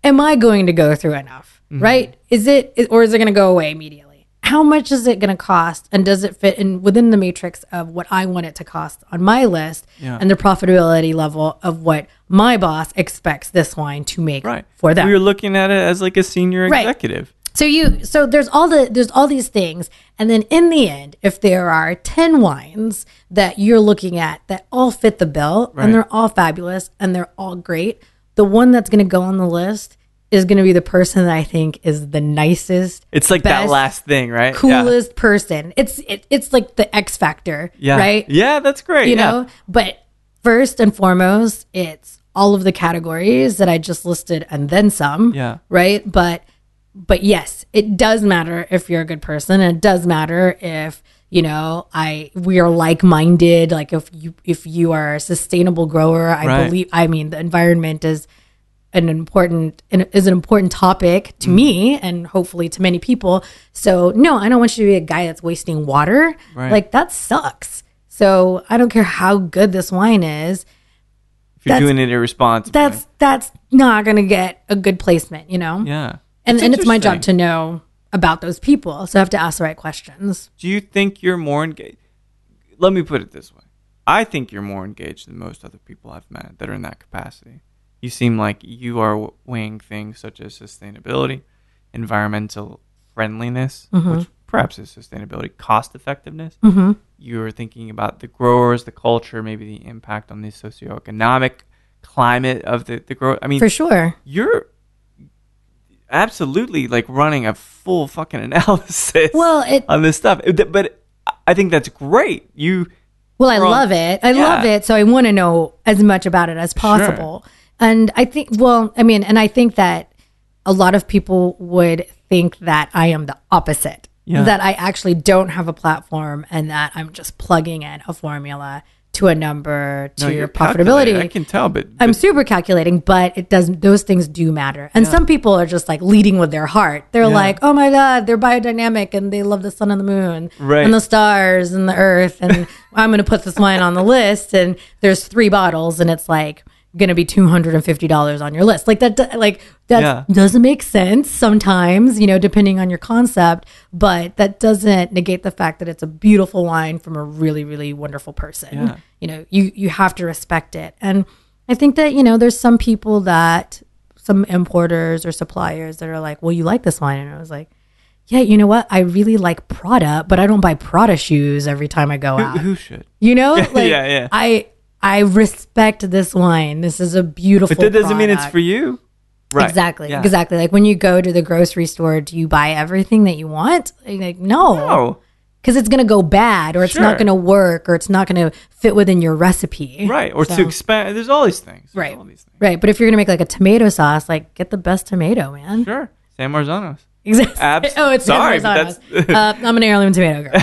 Am I going to go through enough?
Mm-hmm.
Right? Is it, is- or is it going to go away immediately? How much is it going to cost? And does it fit in within the matrix of what I want it to cost on my list
Yeah.
and the profitability level of what my boss expects this wine to make
Right.
for them?
we were looking at it as like a senior
Right.
executive.
So you so there's all the there's all these things and then in the end if there are 10 wines that you're looking at that all fit the bill
Right.
and they're all fabulous and they're all great, the one that's going to go on the list is going to be the person that I think is the nicest
It's like that
Best,
last thing, right? Yeah.
coolest person. It's it, it's like the X factor,
Yeah.
right?
Yeah, that's great.
you
yeah.
know but first and foremost it's all of the categories that i just listed and then some
Yeah.
right but but yes it does matter if you're a good person and it does matter if you know i we are like-minded like if you if you are a sustainable grower i
Right.
believe i mean the environment is an important an- is an important topic to me
Mm-hmm.
and hopefully to many people. So no, I don't want you to be a guy that's wasting water.
Right.
Like that sucks. So I don't care how good this wine is.
If you're
that's-
doing it irresponsibly.
That's that's not gonna get a good placement, you know.
yeah.
And
That's
and it's my job
interesting.
to know about those people, so I have to ask the right questions.
Do you think you're more engaged? Let me put it this way. I think you're more engaged than most other people I've met that are in that capacity. You seem like you are w- weighing things such as sustainability, environmental friendliness,
Mm-hmm.
which perhaps is sustainability, cost effectiveness. You're thinking about the growers, the culture, maybe the impact on the socioeconomic climate of the, the grower. I mean,
For sure.
you're absolutely like running a full fucking analysis
Well, it-
on this stuff It- th- but i think that's great you
Well, I
Wrong.
love it. I
Yeah.
love it. So I want to know as much about it as possible. And I think, well, I mean, and I think that a lot of people would think that I am the opposite,
Yeah.
that I actually don't have a platform and that I'm just plugging in a formula to a number to
no,
your
you're calculated.
profitability.
i can tell but,
I'm
but-
super calculating, but it doesn't. Those things do matter, and some people are just like leading with their heart. They're like, "Oh my god, they're biodynamic, and they love the sun and the moon,
Right.
and the stars and the earth." And I'm going to put this wine on the list, and there's three bottles, and it's like going to be two hundred and fifty dollars on your list. Like that, do- like that
Yeah.
doesn't make sense sometimes, you know, depending on your concept. But that doesn't negate the fact that it's a beautiful wine from a really, really wonderful person
Yeah.
you know you you have to respect it and i think that you know there's some people that some importers or suppliers that are like well you like this wine and i was like yeah you know what i really like prada but i don't buy prada shoes every time i go out
who should
you know like
yeah, yeah.
i i respect this wine this is a beautiful
but that doesn't mean it's
product.
for you right
Exactly.
Yeah.
Exactly. Like when you go to the grocery store, do you buy everything that you want? You're Like no,
oh
because it's going to go bad, or it's
Sure.
not going to work, or it's not going to fit within your recipe.
right or to expand there's all these things There's
Right.
all these things
Right, but if you're gonna make like a tomato sauce, like get the best tomato, man.
sure san marzano's
Exactly.
Abs-
oh, it's
sorry, but
Amazon. uh, I'm an heirloom tomato girl.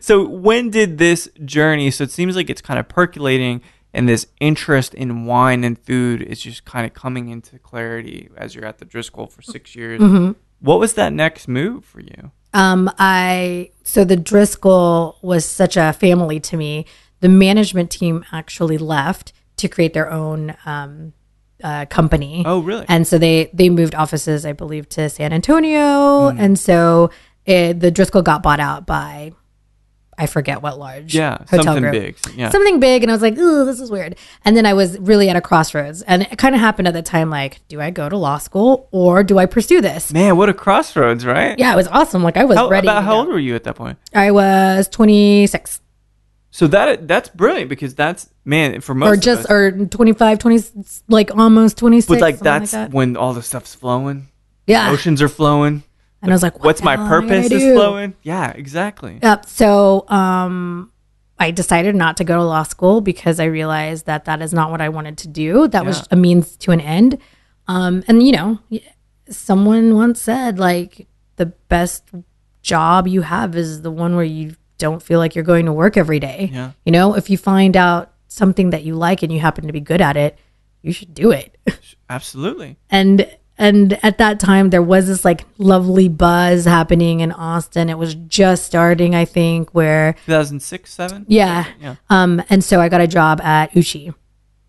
so when did this journey so it seems like it's kind of percolating and this interest in wine and food is just kind of coming into clarity as you're at the driscoll for six
Mm-hmm.
years what was that next move for you
um, I so the Driscoll was such a family to me. The management team actually left to create their own um, uh, company.
oh really
And so they they moved offices, I believe, to San Antonio,
Mm-hmm.
and so it, the Driscoll got bought out by I forget what large
yeah
hotel
something
group.
big yeah
something big and i was like ooh this is weird and then i was really at a crossroads and it kind of happened at the time like do i go to law school or do i pursue this
man what a crossroads right
yeah it was awesome like i was
how,
ready
about
to
how
go.
old were you at that point
i was 26
so that that's brilliant because that's man for most
or
of
just
us,
or 25 20 like almost 26
but like
something
that's
that.
when all the stuff's flowing
yeah
oceans are flowing
and i was like what
what's
the
my
hell am I gonna
purpose is
do?
flowing yeah exactly
Yep. So um, I decided not to go to law school because I realized that that is not what I wanted to do. That
Yeah.
was a means to an end. Um, and you know, y- someone once said like the best job you have is the one where you don't feel like you're going to work every day.
Yeah.
You know, if you find out something that you like and you happen to be good at it, you should do it.
absolutely
and and at that time there was this like lovely buzz happening in Austin. It was just starting, I think, where
2006 7
yeah.
Yeah.
Um, and so I got a job at Uchi.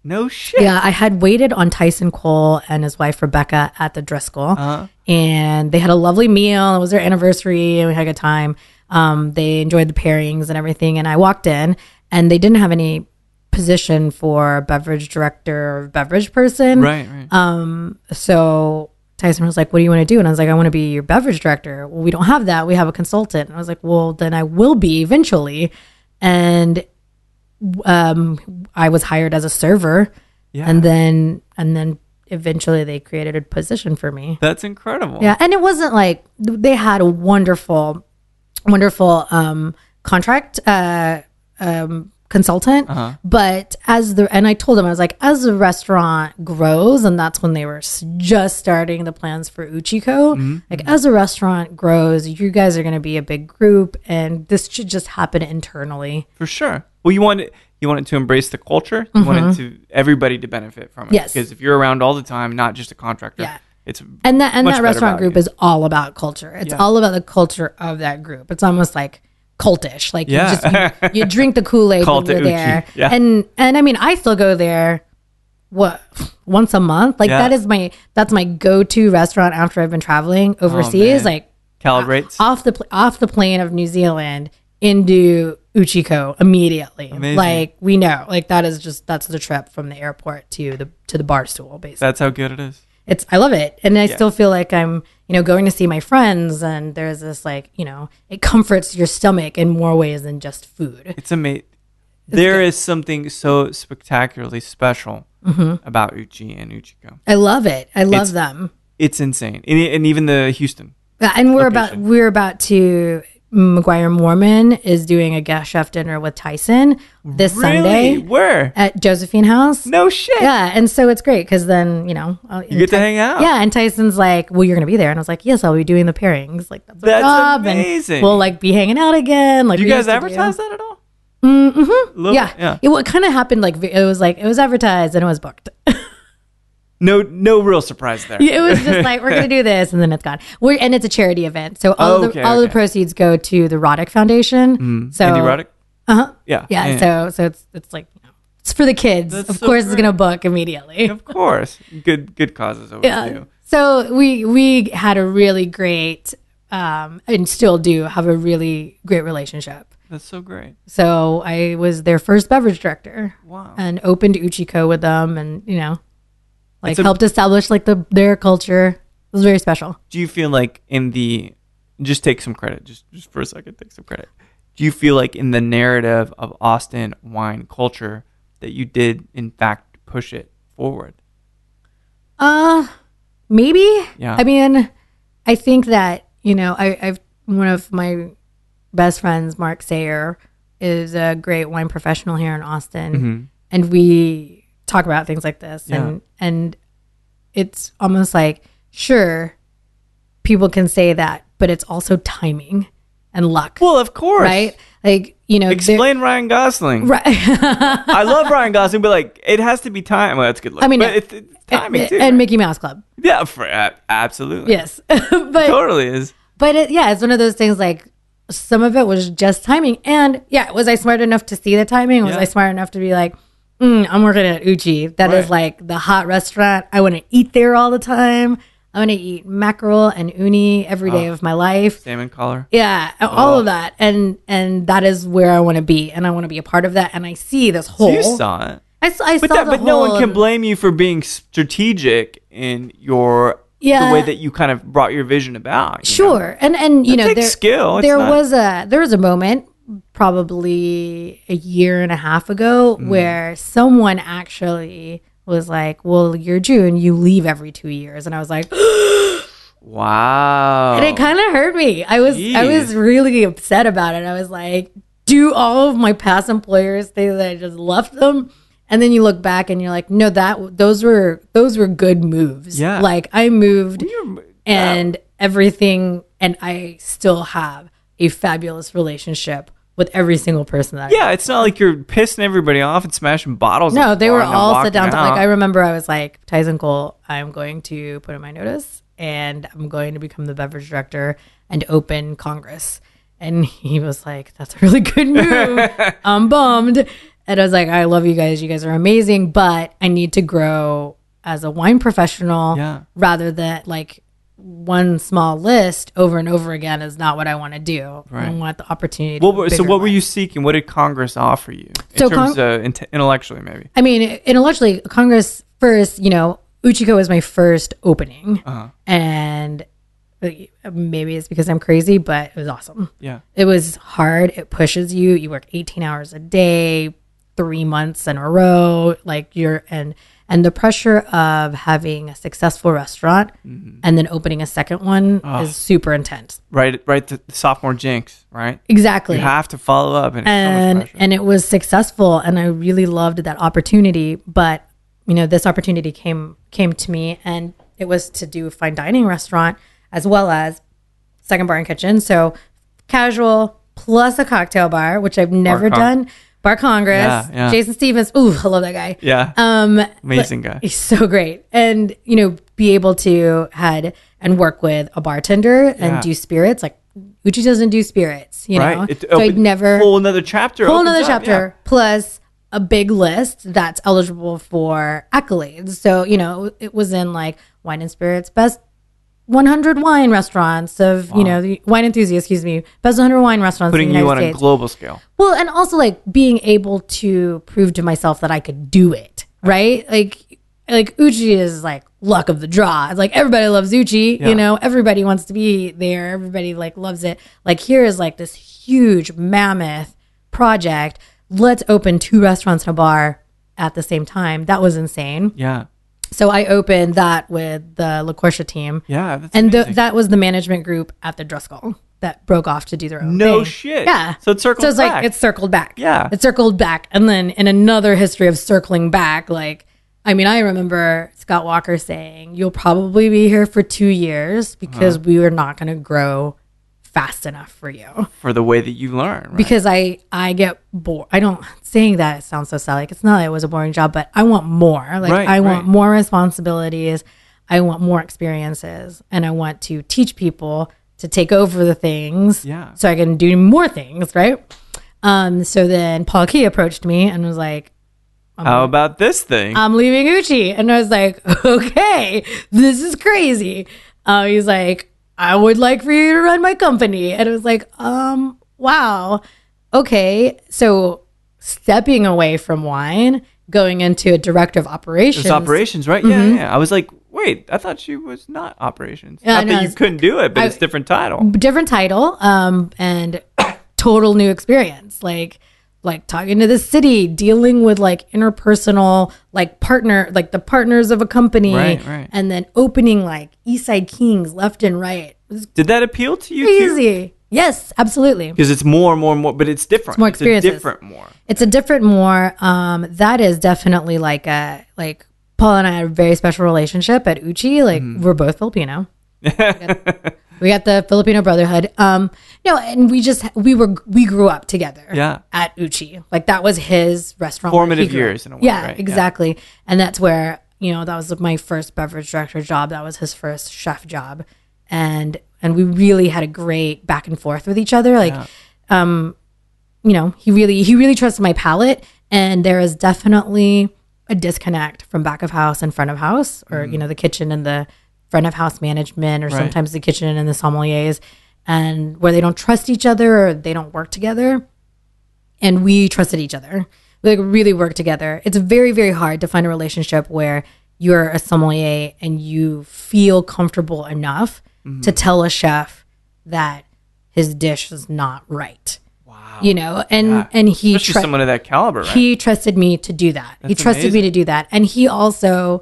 no shit
Yeah, I had waited on Tyson Cole and his wife Rebecca at the Driscoll, and they had a lovely meal. It was their anniversary, and we had a good time. Um, they enjoyed the pairings and everything. And I walked in, and they didn't have any position for beverage director or beverage person.
Right, right.
Um, so Tyson was like, "What do you want to do?" And I was like, "I want to be your beverage director." Well, we don't have that. We have a consultant. And I was like, "Well, then I will be eventually." And um, I was hired as a server, and then and then eventually they created a position for me.
That's incredible.
Yeah, and it wasn't like they had a wonderful, wonderful um, contract uh, um, consultant. But as the and I told them I was like, as the restaurant grows, and that's when they were s- just starting the plans for Uchiko. Like as the restaurant grows, you guys are going to be a big group, and this should just happen internally.
For sure. Well, you want it, you want it to embrace the culture. You want it to everybody to benefit from it.
Mm-hmm. Yes.
Because if you're around all the time, not just a contractor,
Yeah.
it's
And that and
Much
that
better
restaurant
value.
group is all about culture. It's all about the culture of that group. It's almost like cultish. Like
Yeah.
you just you, you drink the Kool Aid
Cult
when
to
you're
Uchi.
there.
Yeah.
And and I mean I still go there what once a month. Like
Yeah.
that is my that's my go to restaurant after I've been traveling overseas.
Oh, man.
like
calibrates.
off the pl- off the plane of New Zealand into Uchiko immediately.
Amazing.
Like we know. Like that is just that's the trip from the airport to the to the bar stool basically
That's how good it is.
it's I love it, and I still feel like I'm you know going to see my friends, and there's this like you know it comforts your stomach in more ways than just food.
It's amazing. There is something so spectacularly special
Mm-hmm.
about Uchi and Uchiko.
I love it. I love
It's-
them,
It's insane. And, and even the Houston.
Uh, and we're about we're about to. McGuire Mormon is doing a guest chef dinner with Tyson this
Really?
Sunday
Where?
at Josephine House.
No shit.
Yeah, and so it's great because then you know I'll,
You get to hang out.
Yeah, and Tyson's like, "Well, you're gonna be there," and I was like, "Yes, I'll be doing the pairings." Like that's,
That's
our job,
amazing.
and we'll like be hanging out again. Like
Do you
we
guys
used to do.
advertise that at all? Mm-hmm.
yeah.
yeah.
It, what kind of happened like it was like it was advertised and it was booked.
No, no real surprise there.
it was just like we're gonna do this and then it's gone. We're and it's a charity event, so all of
Oh, Okay,
the all of the
okay. Mm.
proceeds go to the Roddick Foundation. So
Andy Roddick.
Uh huh.
Yeah.
Yeah, So so it's it's like you know, it's for the kids.
That's
of
so
course, it's
great.
gonna book immediately.
Of course, good good causes always
Yeah.
do.
So we we had a really great um and still do have a really great relationship.
That's so great.
So I was their first beverage director.
Wow.
and opened Uchiko with them and you know like
a-
helped establish like the their culture. It was very special.
Do you feel like in the just take some credit, just just for a second, take some credit. Do you feel like in the narrative of Austin wine culture that you did in fact push it forward?
Uh maybe.
Yeah.
I mean, I think that, you know, I, I've one of my best friends, Mark Sayer, is a great wine professional here in Austin.
Mm-hmm.
And we talk about things like this and and it's almost like, sure, people can say that, but it's also timing and luck.
Well, of course.
right? Like, you know, there-
Explain Ryan Gosling.
Right.
I love Ryan Gosling, but like it has to be time. Well, that's good. Luck.
I mean,
but
yeah.
it's, it's timing
and,
too.
and Mickey Mouse Club.
yeah, for, a- absolutely.
Yes. but
totally is.
but it, yeah, it's one of those things like some of it was just timing and yeah, was I smart enough to see the timing? Was
Yeah.
I smart enough to be like, mm, I'm working at Uchi. That is
Right.
like the hot restaurant. I want to eat there all the time. I want to eat mackerel and uni every
Ah.
day of my life.
Salmon collar.
Yeah, all
Ah.
of that. And and that is where I want to be and I want to be a part of that and I see this whole
You saw it.
I, s- I
But
saw
that,
the
but no
whole um,
one can
and-
blame you for being strategic in your the
Yeah.
way that you kind of brought your vision about. you know?
Sure, and and you know
takes
there,
skill. It's
There
not-
was a there was a moment probably a year and a half ago
Mm.
where someone actually was like, "Well, you're Jew and you leave every two years," and I was like,
Wow.
and it kind of hurt me. I was I was
Jeez.
really upset about it. I was like, "Do all of my past employers think that I just left them?" And then you look back and you're like, "No, that those were those were good moves.
Yeah.
like I moved."
You're-
and everything and i still have a fabulous relationship with every single person that
yeah, it's not like you're pissing everybody off and smashing bottles.
I,
at
no
the
they
bar
were
and then
all
walking
sit down to,
out.
like i remember i was like tyson cole i'm going to put in my notice and i'm going to become the beverage director and open congress and he was like that's a really good move i'm bummed and i was like i love you guys you guys are amazing but i need to grow as a wine professional
Yeah.
rather than like one small list over and over again is not what I want to do. I
Right.
want the opportunity. to
What were, so,
bigger
what were
one.
you seeking? What did Congress offer you in
So
terms
Cong-
of inte- intellectually, maybe?
I mean, intellectually, Congress first, you know, Uchiko was my first opening, and like, maybe it's because I'm crazy, but it was awesome.
Yeah.
It was hard. It pushes you. You work 18 hours a day, three months in a row. Like you're and and the pressure of having a successful restaurant and then opening a second one is super intense.
Right. Right. The sophomore jinx. Right.
Exactly.
You have to follow up, and it's so much
and
pressure.
and it was successful and I really loved that opportunity, but you know, this opportunity came came to me and it was to do a fine dining restaurant as well as second bar and kitchen. So casual plus a cocktail bar, which I've never
Con-
done. Bar Congress,
Yeah, yeah.
Jason Stevens. Ooh, I love that guy.
yeah.
Um,
Amazing guy.
He's so great. And, you know, be able to had and work with a bartender and
Yeah.
do spirits. Like Uchi doesn't do spirits, you know.
It
so I'd
opened-
never
whole another chapter.
whole
opens
another
up,
chapter plus a big list that's eligible for accolades. So you know, it was in like wine and spirits best. 100 wine restaurants of you know the wine enthusiast excuse me best 100 wine restaurants
Putting
in the
you on
United
a
States.
global scale.
well and also like being able to prove to myself that I could do it right like like Uchi is like luck of the draw it's like everybody loves Uchi
Yeah.
you know everybody wants to be there everybody like loves it like here is like this huge mammoth project let's open two restaurants and a bar at the same time that was insane
Yeah.
so i opened that with the la Corsia team
Yeah. That's
and th-
amazing.
that was the management group at the Driscoll that broke off to do their own
No
thing.
shit.
Yeah.
So it circles
So it's
back.
like it's circled back.
Yeah.
It circled back. And then in another history of circling back, like I mean, I remember Scott Walker saying, You'll probably be here for two years because
Uh-huh.
we were not gonna grow fast enough for you.
for the way that you learn. Right?
Because I I get bored. I don't saying that it sounds so sad. Like it's not like it was a boring job, but I want more. Like
Right,
I want
right.
more responsibilities. I want more experiences, and I want to teach people to take over the things.
Yeah.
So I can do more things, right? Um. So then Paul Key approached me and was like,
How about this thing?
I'm leaving Uchi. And I was like, okay, this is crazy. Uh, he's like, I would like for you to run my company. And I was like, um, wow. Okay. So stepping away from wine, going into a director of operations. Mm-hmm.
It's operations, right? Yeah, yeah, yeah. I was like, wait, I thought she was not operations.
Yeah,
not
no,
that you
it's-
couldn't do it, but it's different title.
different title um and total new experience like like talking to the city dealing with like interpersonal like partner like the partners of a company
Right, right.
and then opening like east side kings left and right it was
Did that appeal to you?
crazy yes absolutely
Because it's more, more, more, but it's different. It's a
more experiences.
different more.
it's a different more um that is definitely like a like paul and i had a very special relationship at uchi like we're both filipino we got the filipino brotherhood um no and we just we were we grew up together
Yeah.
at uchi like that was his restaurant where he
Formative
grew up.
years in a way,
yeah
right? Yeah.
exactly and that's where you know that was my first beverage director job that was his first chef job and and we really had a great back and forth with each other like um, you know he really he really trusted my palate and there is definitely a disconnect from back of house and front of house or
Mm-hmm.
you know the kitchen and the front of house management or sometimes the kitchen and the sommeliers and where they don't trust each other or they don't work together and we trusted each other. We like really worked together. It's very, very hard to find a relationship where you're a sommelier and you feel comfortable enough to tell a chef that his dish is not right. Wow. You know, and and he
Especially
tru-
someone of that caliber, right?
he trusted me to do that. he
That's
trusted me to do that. And he also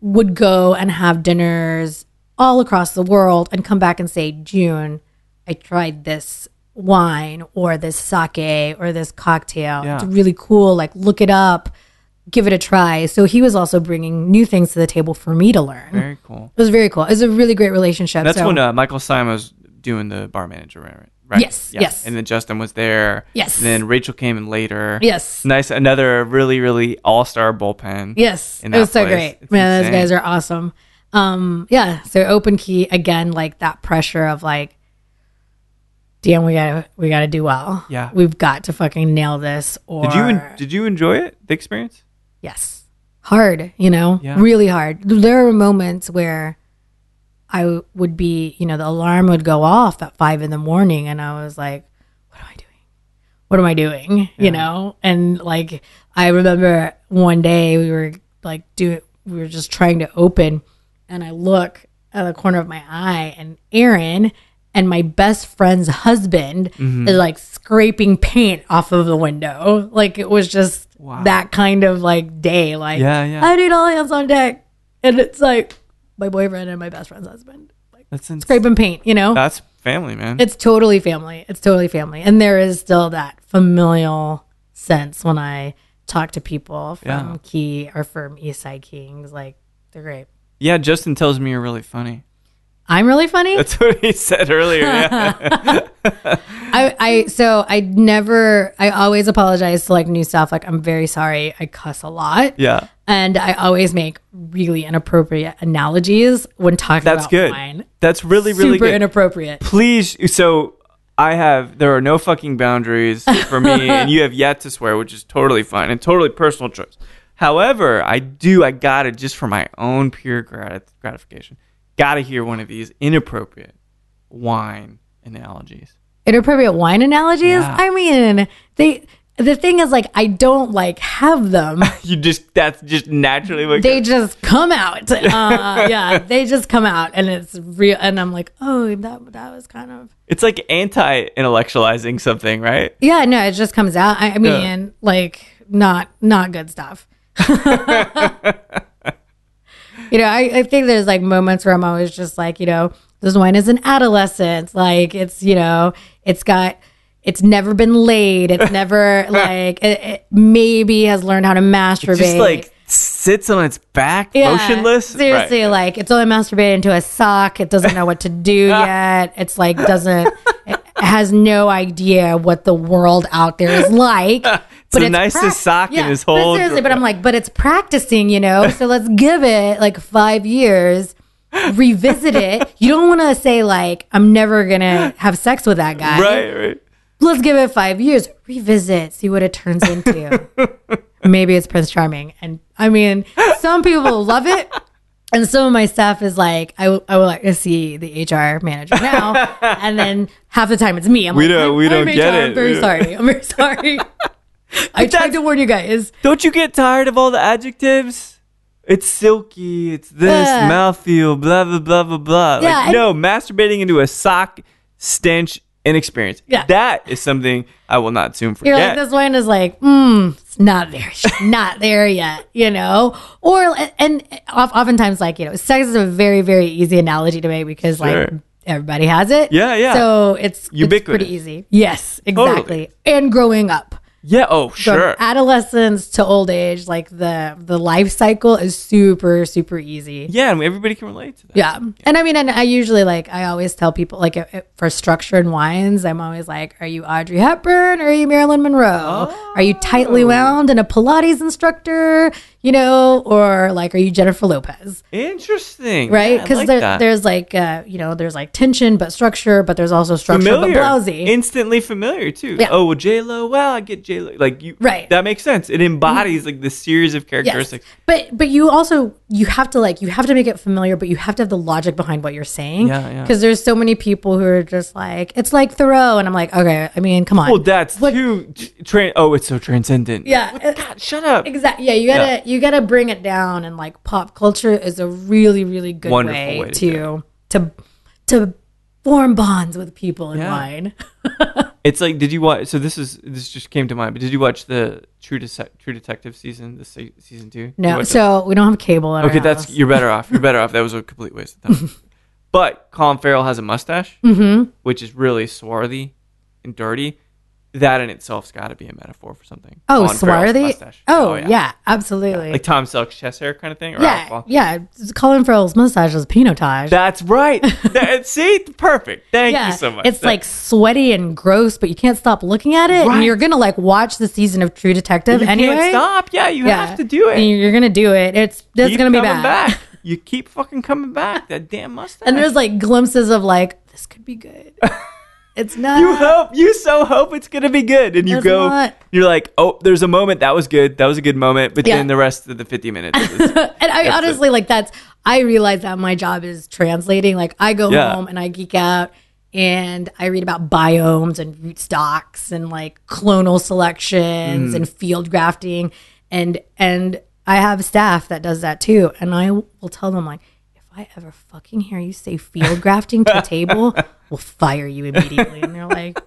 would go and have dinners all across the world and come back and say, June, I tried this wine or this sake or this cocktail. It's
Yeah.
really cool. Like, look it up, give it a try. So he was also bringing new things to the table for me to learn.
Very cool.
It was very cool. It was a really great relationship.
That's
so,
when uh, Michael Simon was doing the bar manager, right? right?
Yes, yes.
And then Justin was there.
Yes.
And then Rachel came in later.
Yes.
Nice. Another really, really all star bullpen.
Yes,
in
it was
that
so
place.
great.
It's
Man,
insane.
those guys are awesome. Um, yeah. So open key again, like that pressure of like, damn, we gotta we gotta do well.
Yeah.
we've got to fucking nail this. Or
Did you en- did you enjoy it? The experience?
yes, hard. You know,
Yeah.
really hard. There were moments where I would be, you know, the alarm would go off at five in the morning, and I was like, what am I doing? what am I doing? You know? And like I remember one day we were like do we were just trying to open, and I look out of the corner of my eye, and Aaron and my best friend's husband
Mm-hmm.
is like scraping paint off of the window. Like it was just that kind of like day. Like
Yeah, yeah.
I need all hands on deck, and it's like my boyfriend and my best friend's husband like
That's ins-
scraping paint. You know,
That's family, man.
it's totally family. It's totally family. And there is still that familial sense when I talk to people from
Yeah.
Key or from Eastside Kings. Like, they're great.
yeah, Justin tells me you're really funny.
I'm really funny.
That's what he said earlier. Yeah.
I, I so I never I always apologize to like new stuff. Like I'm very sorry. I cuss a lot.
yeah.
And I always make really inappropriate analogies when talking
That's
about
good.
wine.
That's really, really
Super
good.
inappropriate.
Please. So I have, there are no fucking boundaries for me, and you have yet to swear, which is totally fine and totally personal choice. However, I do, I gotta, just for my own pure grat- gratification, gotta hear one of these inappropriate wine analogies.
inappropriate wine analogies.
Yeah.
I mean, they the thing is like I don't like have them.
You just, that's just naturally what
they just come out. Uh, yeah, they just come out, and it's real. And I'm like, oh, that that was kind of
It's like anti intellectualizing something, right?
yeah. No, it just comes out. I, I mean, like not not good stuff. you know, I, I think there's like moments where I'm always just like, you know, this wine is an adolescent. Like it's you know, it's got. It's never been laid. It's never like it, it maybe has learned how to masturbate.
Just like sits on its back, motionless.
Seriously,
Right.
like it's only masturbated into a sock. It doesn't know what to do yet. It's like doesn't it has no idea what the world out there is like. But
the nicest sock in his whole
But seriously,
drawer.
but I'm like, but it's practicing, you know. So let's give it like five years. Revisit it. You don't want to say like I'm never gonna have sex with that guy
Right, right.
let's give it five years, revisit, see what it turns into. Maybe it's Prince Charming. And I mean, some people love it. And some of my stuff is like, I, w- I would like to see the HR manager now. and then half the time it's me. I'm
We
like,
don't-
"I'm-
we
I'm
don't get
HR,
it.
I'm very
We-
sorry. I'm very sorry. I tried to warn you guys.
Don't you get tired of all the adjectives? It's silky, it's this,
Yeah.
mouthfeel, blah, blah, blah, blah, blah.
Yeah,
like,
and-
no, masturbating into a sock, stench, inexperience.
Yeah.
That is something I will not soon
You're
forget.
like, this wine is like, mm, it's not there, It's not there yet, you know? Or, and of- oftentimes, like, you know, sex is a very, very easy analogy to make because, like,
Sure.
everybody has it.
Yeah, yeah.
So it's, it's
Ubiquitous.
pretty easy. Yes, exactly. And growing up.
yeah, oh,
From
sure.
adolescence to old age, like the the life cycle is super super easy.
yeah, and everybody can relate to that.
Yeah. And I mean, and I usually like, I always tell people, like, if- if- for structured wines, I'm always like, are you Audrey Hepburn or are you Marilyn Monroe? Are you tightly
Oh.
wound and a Pilates instructor, you know, or like, are you Jennifer Lopez?
Interesting.
Right?
Yeah, I
Because
like
there,
that.
there's like, uh, you know, there's like tension, but structure, but there's also structure,
familiar,
but blousy.
instantly familiar too.
Yeah.
Oh, well, J Lo. Well, I get J Lo. Like you,
Right. Mm-hmm.
That makes sense. It embodies like the series of
Yes.
characteristics.
But but you also you have to like you have to make it familiar, but you have to have the logic behind what you're saying.
Yeah, yeah.
Because there's so many people who are just like it's like Thoreau, and I'm like, okay, I mean, come on.
Well, Oh, that's too. tr- Tra- oh, it's so transcendent.
Yeah.
What- God, shut up.
Exactly. Yeah, you gotta you gotta bring it down, and like pop culture is a really really good
Wonderful
way,
way to
to to to form bonds with people in
Yeah.
wine.
It's like, did you watch? So this is this just came to mind. But did you watch the True Dece- True Detective season? The se- season two. Did you
No,
watch that?
so we don't have cable. At
okay,
our
that's
house.
you're better off. You're better off. That was a complete waste of time. but Colin Farrell has a mustache,
Mm-hmm.
which is really swarthy and dirty. That in itself's got to be a metaphor for something.
oh
Colin Farrell's
swarthy.
mustache.
Oh, yeah. absolutely.
like Tom Selleck's chest hair kind of thing. Or Ralph
yeah,
Ball.
yeah. Colin Farrell's mustache is pinotage.
that's right. That, see, perfect. Thank
yeah,
you so much.
it's
That-
like sweaty and gross, but you can't stop looking at it,
Right.
and you're gonna like watch the season of True Detective
you
anyway.
can't stop. Yeah, you
Yeah,
have to do it.
And you're gonna do it. It's that's
Keep
gonna be
coming
bad.
back. You keep fucking coming back. That damn mustache.
And there's like glimpses of like this could be good. It's not.
you hope you so hope it's gonna be good, and you
There's
go.
not.
You're like, oh, there's a moment that was good. That was a good moment, but
Yeah.
then the rest of the 50 minutes. Is,
and I honestly like that's. I realize that my job is translating. Like I go
Yeah.
home and I geek out. And I read about biomes and
Mm.
rootstocks and like clonal selections and field grafting and and I have staff that does that too, and I will tell them like, if I ever fucking hear you say field grafting to a table, we'll fire you immediately. And they're like,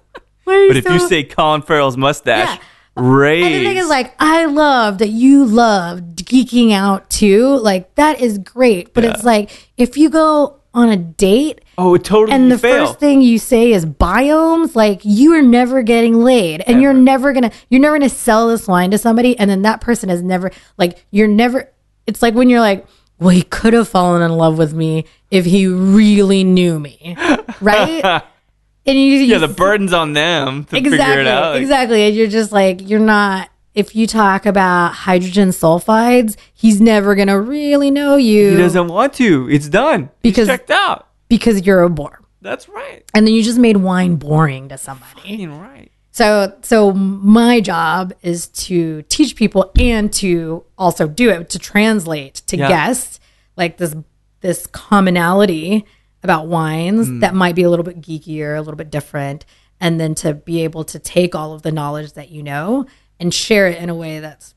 why are you
But if you
so-"
say Colin Farrell's mustache,
Yeah.
raise.
And the thing is, like, I love that you love geeking out too. Like, that is great. But it's like, if you go on a date
oh, it totally
and the
fail.
first thing you say is biomes, like, you are never getting laid. And you're never going to, you're never going to sell this wine to somebody. And then that person is never, like, you're never, it's like when you're like, well, he could have fallen in love with me if he really knew me. Right? and you, you
yeah, the burden's on them to figure it out. Like,
Exactly. And you're just like, you're not, if you talk about hydrogen sulfides, he's never going to really know
He
you
doesn't want to. It's done. Because
Because-
checked out.
because you're a bore.
That's right.
And then you just made wine boring to somebody.
Fucking right.
So, so my job is to teach people and to also do it to translate to
Yeah.
guests like this this commonality about wines
Hmm.
that might be a little bit geekier, a little bit different, and then to be able to take all of the knowledge that you know and share it in a way that's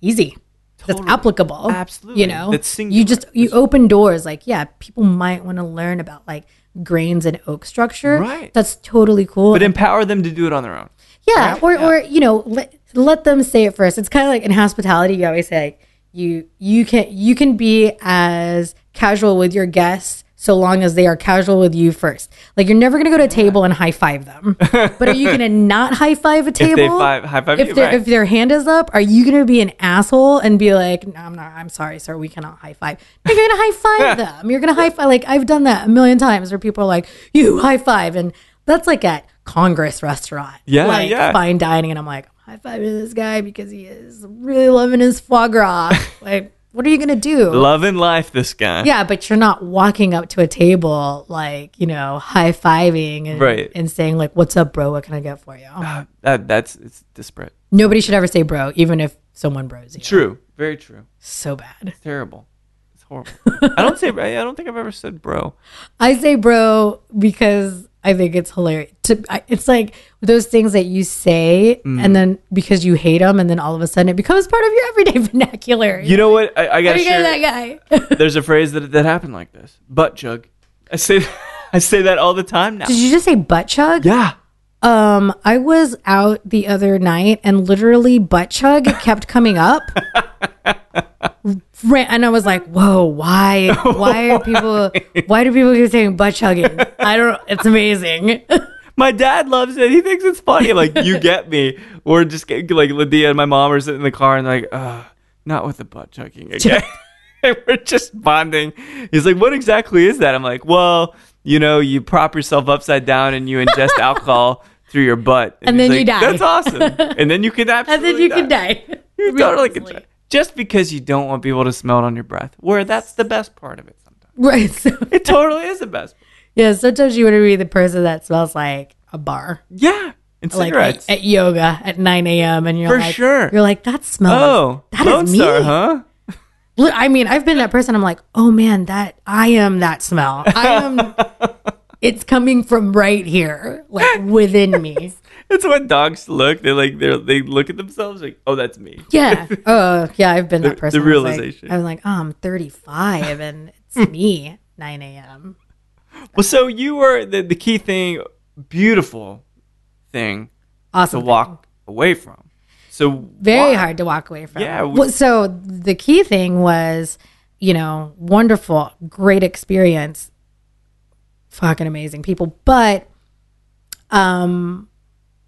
easy. That's
Totally.
applicable.
Absolutely.
You know,
That's
you just
singular.
you open doors. Like, yeah, people might want to learn about like grains and oak structure.
Right.
That's totally cool.
But empower them to do it on their own.
Yeah,
Right?
or
Yeah.
or you know, let, let them say it first. It's kind of like in hospitality, you always say like, you you can you can be as casual with your guests so long as they are casual with you first. Like you're never gonna go to a table and high five them, but are you gonna not high five a table?
If they five, high five
If
you,
their
right.
if their hand is up, are you gonna be an asshole and be like, "No, I'm not. I'm sorry, sir. We cannot high five." No, you're gonna high five them. You're gonna high five. Like I've done that a million times where people are like, "You high five," and that's like at Congress restaurant,
Yeah,
like
yeah.
fine dining, and I'm like, high fiving this guy because he is really loving his foie gras. like, what are you gonna do?
Love and life, this guy.
yeah, but you're not walking up to a table like you know high fiving and,
Right.
and saying like, "What's up, bro? What can I get for you?" Oh
Yeah. That, that's it's disparate.
Nobody should ever say "bro," even if someone bros you.
True. Very true.
So bad.
Terrible. It's horrible. I don't say. I don't think I've ever said bro.
I say bro because I think it's hilarious. To- I- It's like those things that you say
Mm.
and then because you hate them and then all of a sudden it becomes part of your everyday vernacular.
You know what? I, I
Are
gotta
you
share.
guys that guy?
There's a phrase that that happened like this. Butt jug. I say. I say that all the time now.
Did you just say butt chug?
Yeah.
Um, I was out the other night and literally butt chug kept coming up. Ra- And I was like, "Whoa! Why? Why are people? Why do people keep saying butt chugging? I don't. It's amazing.
My dad loves it. He thinks it's funny. I'm like, you get me. Or just get, like Lydia and my mom are sitting in the car and they're like, uh, not with the butt chugging again. And We're just bonding. He's like, what exactly is that? I'm like, well, you know, you prop yourself upside down and you ingest alcohol through your butt.
And
he's
then you
like,
die.
That's awesome. And then you can
And
absolutely
then you can die.
You totally can
Relentlessly.
die. Just because you don't want people to smell it on your breath. Where that's the best part of it sometimes.
Right. So,
It totally is the best.
yeah, sometimes you want to be the person that smells like a bar,
Yeah. And
like
cigarettes.
at, at yoga at 9 a.m. And you're
For
like,
sure.
You're like, that smells.
oh,
that
Lone
is me.
Star, huh?
Li- I mean, I've been that person. I'm like, oh man, that I am that smell. I am. it's coming from right here, like within me.
That's when dogs look. They like they they look at themselves like, oh, that's me.
Yeah. Oh, yeah. I've been that
the
person.
realization.
I was like, I was like, oh, I'm 35 and it's me, 9 a.m.
Well, so you were the the key thing, beautiful thing to
Awesome.
walk away from. So
very
why?
hard to walk away from.
Yeah, we-
well, so the key thing was, you know, wonderful, great experience, fucking amazing people. But, um,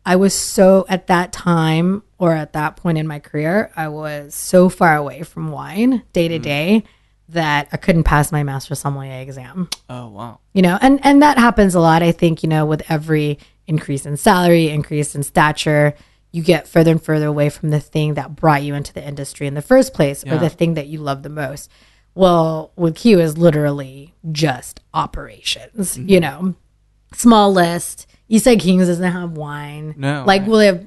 I was so at that time or at that point in my career, I was so far away from wine day
Mm.
to day that I couldn't pass my master sommelier exam
Oh wow.
you know and and that happens a lot i think you know with every increase in salary increase in stature you get further and further away from the thing that brought you into the industry in the first place or the thing that you love the most well with q is literally just operations you know small list eastside kings doesn't have wine
No,
like
right.
will they have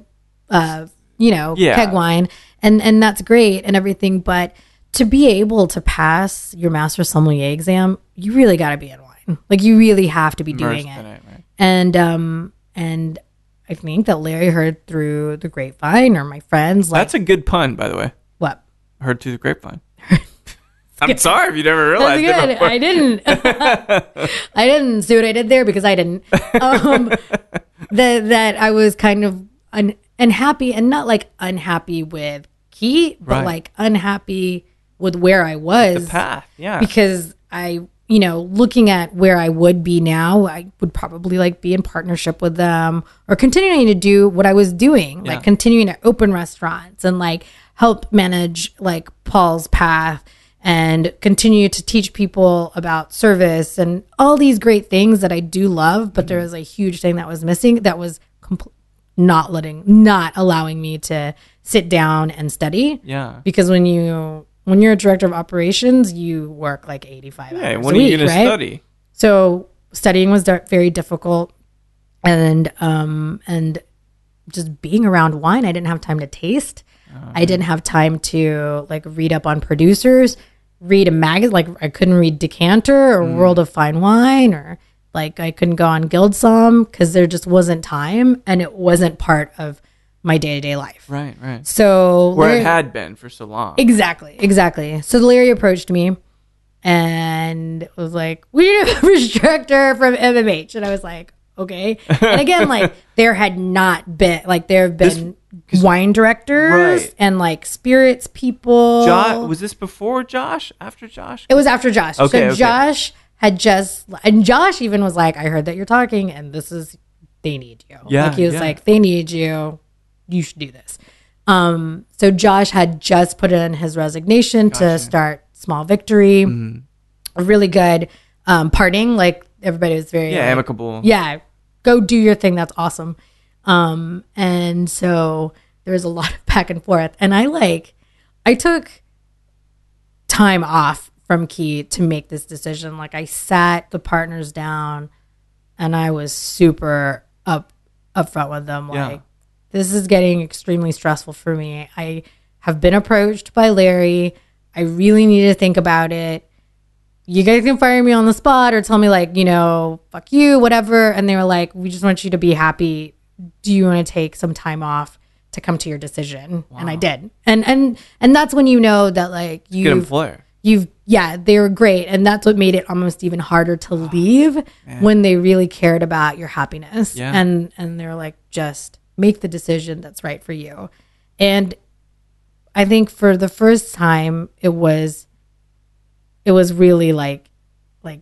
uh you know
Yeah.
keg wine and and that's great and everything but to be able to pass your master sommelier exam you really got to be in wine like you really have to be doing
Immersed
it
in it, right?
and um and i think that larry heard through the grapevine or my friends like
That's a good pun, by the way.
what
Heard through the grapevine. I'm sorry if you never
That's
realized it
good.
before.
I didn't. I didn't see what I did there because I didn't. Um, that that I was kind of un- unhappy and not like unhappy with Keith, but
Right.
like unhappy with where I was
path. Yeah.
because I, you know, looking at where I would be now, I would probably like be in partnership with them or continuing to do what I was doing, like continuing to open restaurants and like help manage like Paul's path and continue to teach people about service and all these great things that I do love. But there was a huge thing that was missing that was compl- not letting, not allowing me to sit down and study
yeah.
because when you when you're a director of operations, you work like 85
Hey,
hours
when
a
are
week,
you going
right?
to study?
So studying was di- very difficult, and um and just being around wine, I didn't have time to taste. I didn't have time to like read up on producers, read a magazine. Like I couldn't read Decanter
Hmm.
or World of Fine Wine, or like I couldn't go on Guildsom because there just wasn't time, and it wasn't part of my day to day life.
Right, right.
So
Where
there-
it had been for so long.
Exactly, exactly. So Larry approached me and was like, "We need a beverage director from MMH," and I was like, "Okay." And again, like there had not been like there have been wine directors
Right.
and like spirits people.
Josh, was this before Josh? After Josh?
it was after Josh.
Okay,
so
okay.
Josh had just and Josh even was like, "I heard that you're talking, and this is they need you."
Yeah,
like he was
yeah.
like, "They need you. You should do this." Um, so Josh had just put in his resignation to start Small Victory.
Mm-hmm.
A really good um, parting. Like everybody was very
yeah,
like,
amicable.
yeah, go do your thing. That's awesome. Um, and so there was a lot of back and forth. And I like, I took time off from Key to make this decision. Like, I sat the partners down and I was super up upfront with them.
Yeah.
Like, this is getting extremely stressful for me. I have been approached by Larry. I really need to think about it you guys can fire me on the spot or tell me like you know fuck you whatever and they were like we just want you to be happy do you want to take some time off to come to your decision and i did and and and that's when you know that like
Good
you've
employer.
you've yeah they were great and that's what made it almost even harder to leave when they really cared about your happiness
Yeah.
and and they were like just make the decision that's right for you and i think for the first time it was it was really like like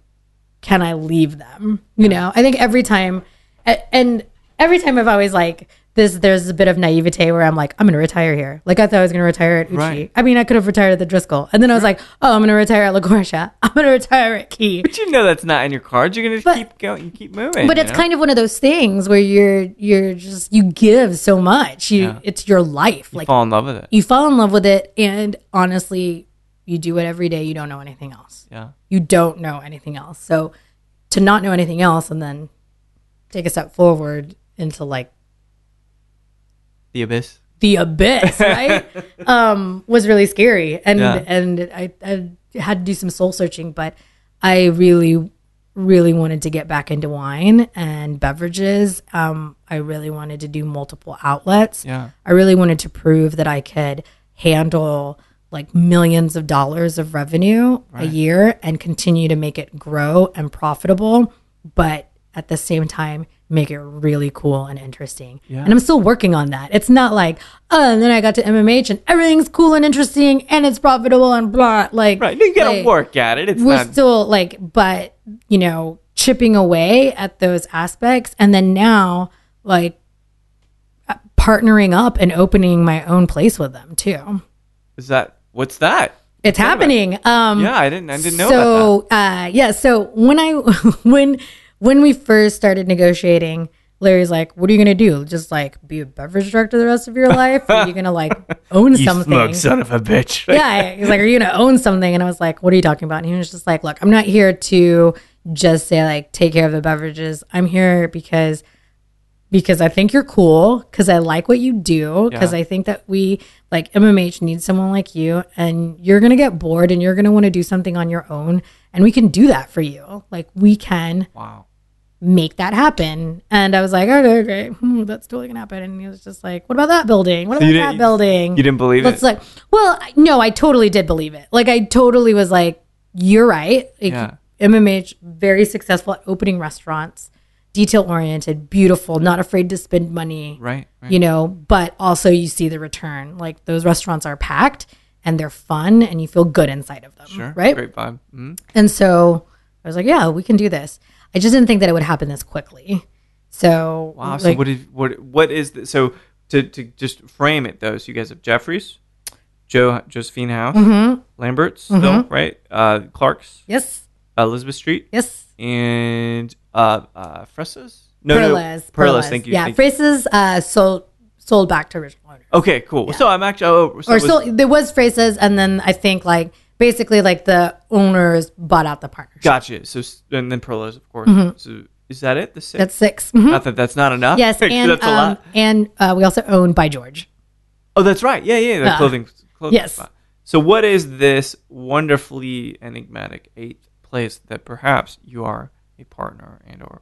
can i leave them you know i think every time a- and every time i've always like this there's a bit of naivete where i'm like i'm gonna retire here like i thought i was gonna retire at uchi
Right.
i mean i could have retired at the driscoll and then i was like oh i'm gonna retire at laguardia i'm gonna retire at key
But you know that's not in your cards. You're going to
But-
keep going, you keep moving.
but
you
it's
know?
kind of one of those things where you're you're just you give so much you
Yeah.
it's your life like
fall in love with it.
you fall in love with it and honestly you do it every day you don't know anything else
Yeah.
you don't know anything else. So to not know anything else and then take a step forward into like
The abyss.
the abyss, right? um, was really scary. And
Yeah.
and I, I had to do some soul searching, but I really, really wanted to get back into wine and beverages. Um, I really wanted to do multiple outlets.
Yeah.
I really wanted to prove that I could handle like millions of dollars of revenue a year and continue to make it grow and profitable, but at the same time, make it really cool and interesting. And I'm still working on that. It's not like, oh, and then I got to MMH and everything's cool and interesting and it's profitable and blah. Like,
Right. You got to
like,
work at it. It's
we're
not.
still like but you know chipping away at those aspects and then now like uh, partnering up and opening my own place with them too
is that. What's that?
it's happening um
Yeah, I didn't. I didn't know about
so uh yeah so when i when when we first started negotiating larry's like what are you gonna do just like be a beverage director the rest of your life or are you gonna like own
that.
something
son of a bitch.
yeah. He's like, Are you going to own something? And I was like, What are you talking about? And he was just like, Look, I'm not here to just say, like, take care of the beverages. I'm here because. Because I think you're cool, because I like what you do, because
Yeah.
I think that we, like MMH, needs someone like you, and you're gonna get bored and you're gonna wanna do something on your own, and we can do that for you. Like, we can
Wow.
make that happen. And I was like, okay, okay, hmm, that's totally gonna happen. And he was just like, what about that building? What about
you didn't-
that building?
You didn't believe
It's
it.
like, well, I- no, I totally did believe it. Like, I totally was like, you're right. Like,
Yeah.
MMH, very successful at opening restaurants, detail oriented, beautiful, not afraid to spend money
Right. right.
you know, but also you see the return. Like those restaurants are packed and they're fun and you feel good inside of them.
Sure.
Right.
Great vibe. Mhm.
And so I was like, yeah, we can do this. I just didn't think that it would happen this quickly. So,
Wow. so
like,
what is what what is the, so to to just frame it though? So you guys have Jeffries, Joe Josephine House,
Mm-hmm.
Lambert's still right, uh, Clark's,
yes,
Elizabeth Street,
yes.
and uh, uh, Fresas. No,
Perlas.
no, Perlas. Thank you.
Yeah.
thank you.
Phrases uh, sold, sold back to original owner.
Okay, cool. So I'm actually oh, so
or
it was-
so there was phrases. And then I think like basically like the owners bought out the partnership.
gotcha. So s- and then Perlos, of course. So is that it? The six?
Mm-hmm. That's 6 Mhm.
not that that's not enough.
Yes. And,
that's a
um,
lot.
and uh, we also own By George.
Oh, that's right. Yeah, yeah. The clothing, clothing.
yes.
spot. So what is this wonderfully enigmatic eighth place that perhaps you are a partner and or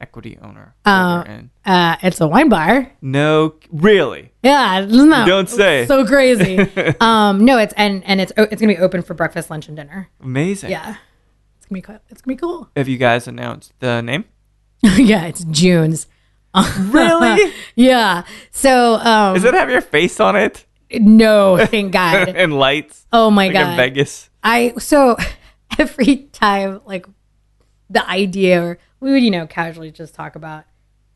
equity owner? holder in?
Uh, it's a wine bar.
no, really.
Yeah, no,
Don't say.
So crazy. um, no, it's and and it's o- it's gonna be open for breakfast, lunch, and dinner.
Amazing.
Yeah, it's gonna be cool. It's gonna be cool.
Have you guys announced the name?
yeah, it's June's.
Really?
Yeah. So um,
Does it have your face on it
no, thank God.
and lights?
Oh my
like in
God.
Vegas.
I so every time like the idea or we would you know casually just talk about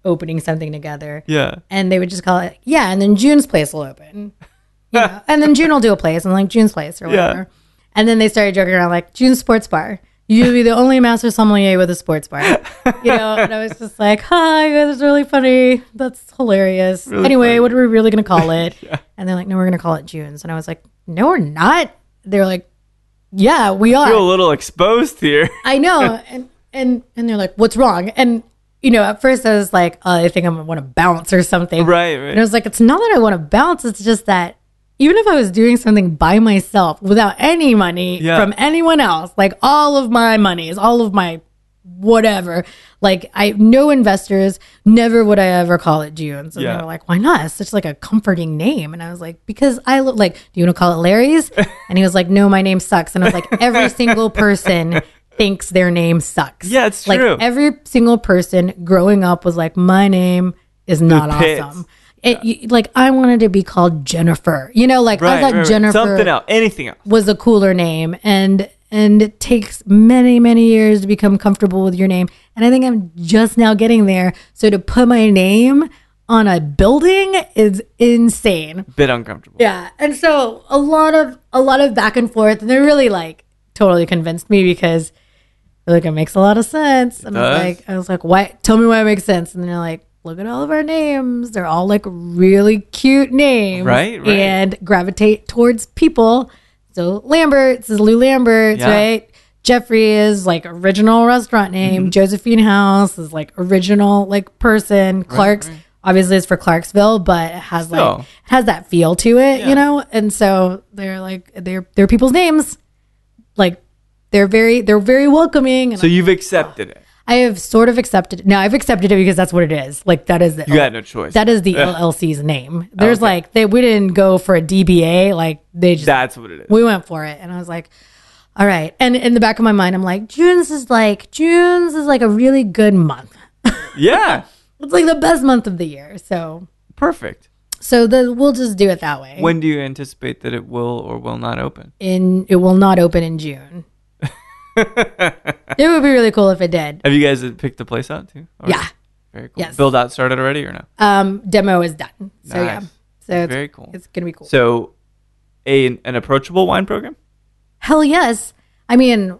opening something together.
Yeah.
and they would just call it yeah and then june's place will open you know? and then june will do a place and like june's place or
Mm. Yeah.
whatever and then they started joking around like june sports bar you'll be the only master sommelier with a sports bar you know and i was just like hi that's really funny that's hilarious anyway what are we really gonna call it and they're like no we're gonna call it june's and i was like no we're not they're like yeah we are
feel a little exposed here.
I know. And and and they're like, "What's wrong?" And you know, at first I was like, oh, "I think I'm gonna want to bounce or something."
Right, right.
And I was like, "It's not that I want to bounce. It's just that even if I was doing something by myself without any money
Yeah.
from anyone else, like all of my monies, all of my whatever, like I no investors, never would I ever call it June's." And
Yeah.
they were like, "Why not?" It's such like a comforting name. And I was like, "Because I look like, do you want to call it Larry's?" And he was like, "No, my name sucks." And I was like, "Every single person." thinks their name sucks.
Yeah, it's
like,
true.
Every single person growing up was like, my name is not
pits.
awesome. It, you, like I wanted to be called Jennifer. You know, like I
Right,
thought
right, right. Something
Jennifer
else. Anything else.
was a cooler name, and and it takes many many years to become comfortable with your name. And I think I'm just now getting there. So to put my name on a building is insane.
Bit uncomfortable.
Yeah, and so a lot of a lot of back and forth, and they really like totally convinced me because they're like it makes a lot of sense, and I was
does.
like, I was like, why? Tell me why it makes sense, and they're like, look at all of our names; they're all like really cute names,
Right, right.
And gravitate towards people. So Lambert's is Lou Lambert's,
Yeah.
right? Jeffrey is like original restaurant
Mm-hmm.
name. Josephine House is like original like person. Clark's obviously it's for Clarksville, but it has like
Still.
it has that feel to it,
Oh. Yeah.
you know? And so they're like they're they're people's names. Like they're very they're very welcoming and
So you've accepted it.
I have sort of accepted it. No, I've accepted it because that's what it is. Like that is the
You had Oh, no choice.
that is the LLC's name. There's like they we didn't go for a DBA, like they just
That's what it is.
we went for it and i was like all right and in the back of my mind i'm like june's is like june's is like a really good month
yeah.
it's like the best month of the year so
Perfect.
so the, we'll just do it that way
When do you anticipate that it will or will not open?
in it will not open in june it would be really cool if it did
Have you guys picked the place out too? Already?
yeah
Very cool.
Yes.
Build out started already or no?
um demo is done so yeah
Nice.
so it's,
Very cool.
it's gonna be cool
So, a an, an approachable wine program?
hell yes i mean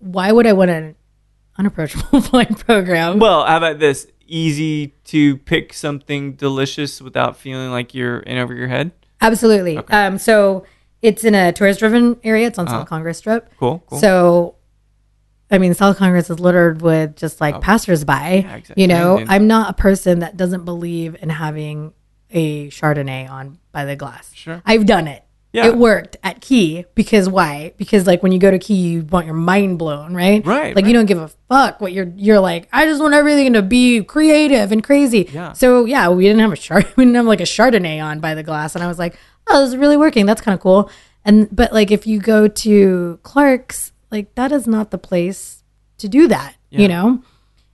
why would i want an unapproachable wine program
Well, how about this? Easy to pick something delicious without feeling like you're in over your head.
Absolutely. Um, so it's in a tourist driven area. It's on South Congress Strip.
Uh-huh. Cool, cool.
So, I mean, South Congress is littered with just like passersby.
Oh. exactly.
You know,
And-
I'm not a person that doesn't believe in having a Chardonnay on by the glass.
Sure.
I've done it.
Yeah.
It worked at Key because why? Because like when you go to Key, you want your mind blown, right?
Right,
Like you don't give a fuck what you're. You're like, I just want everything to be creative and crazy.
Yeah.
So yeah, we didn't have a chard. We didn't have like a Chardonnay on by the glass, and I was like, oh, this is really working. That's kind of cool. And but like if you go to Clark's, like that is not the place to do that. You know.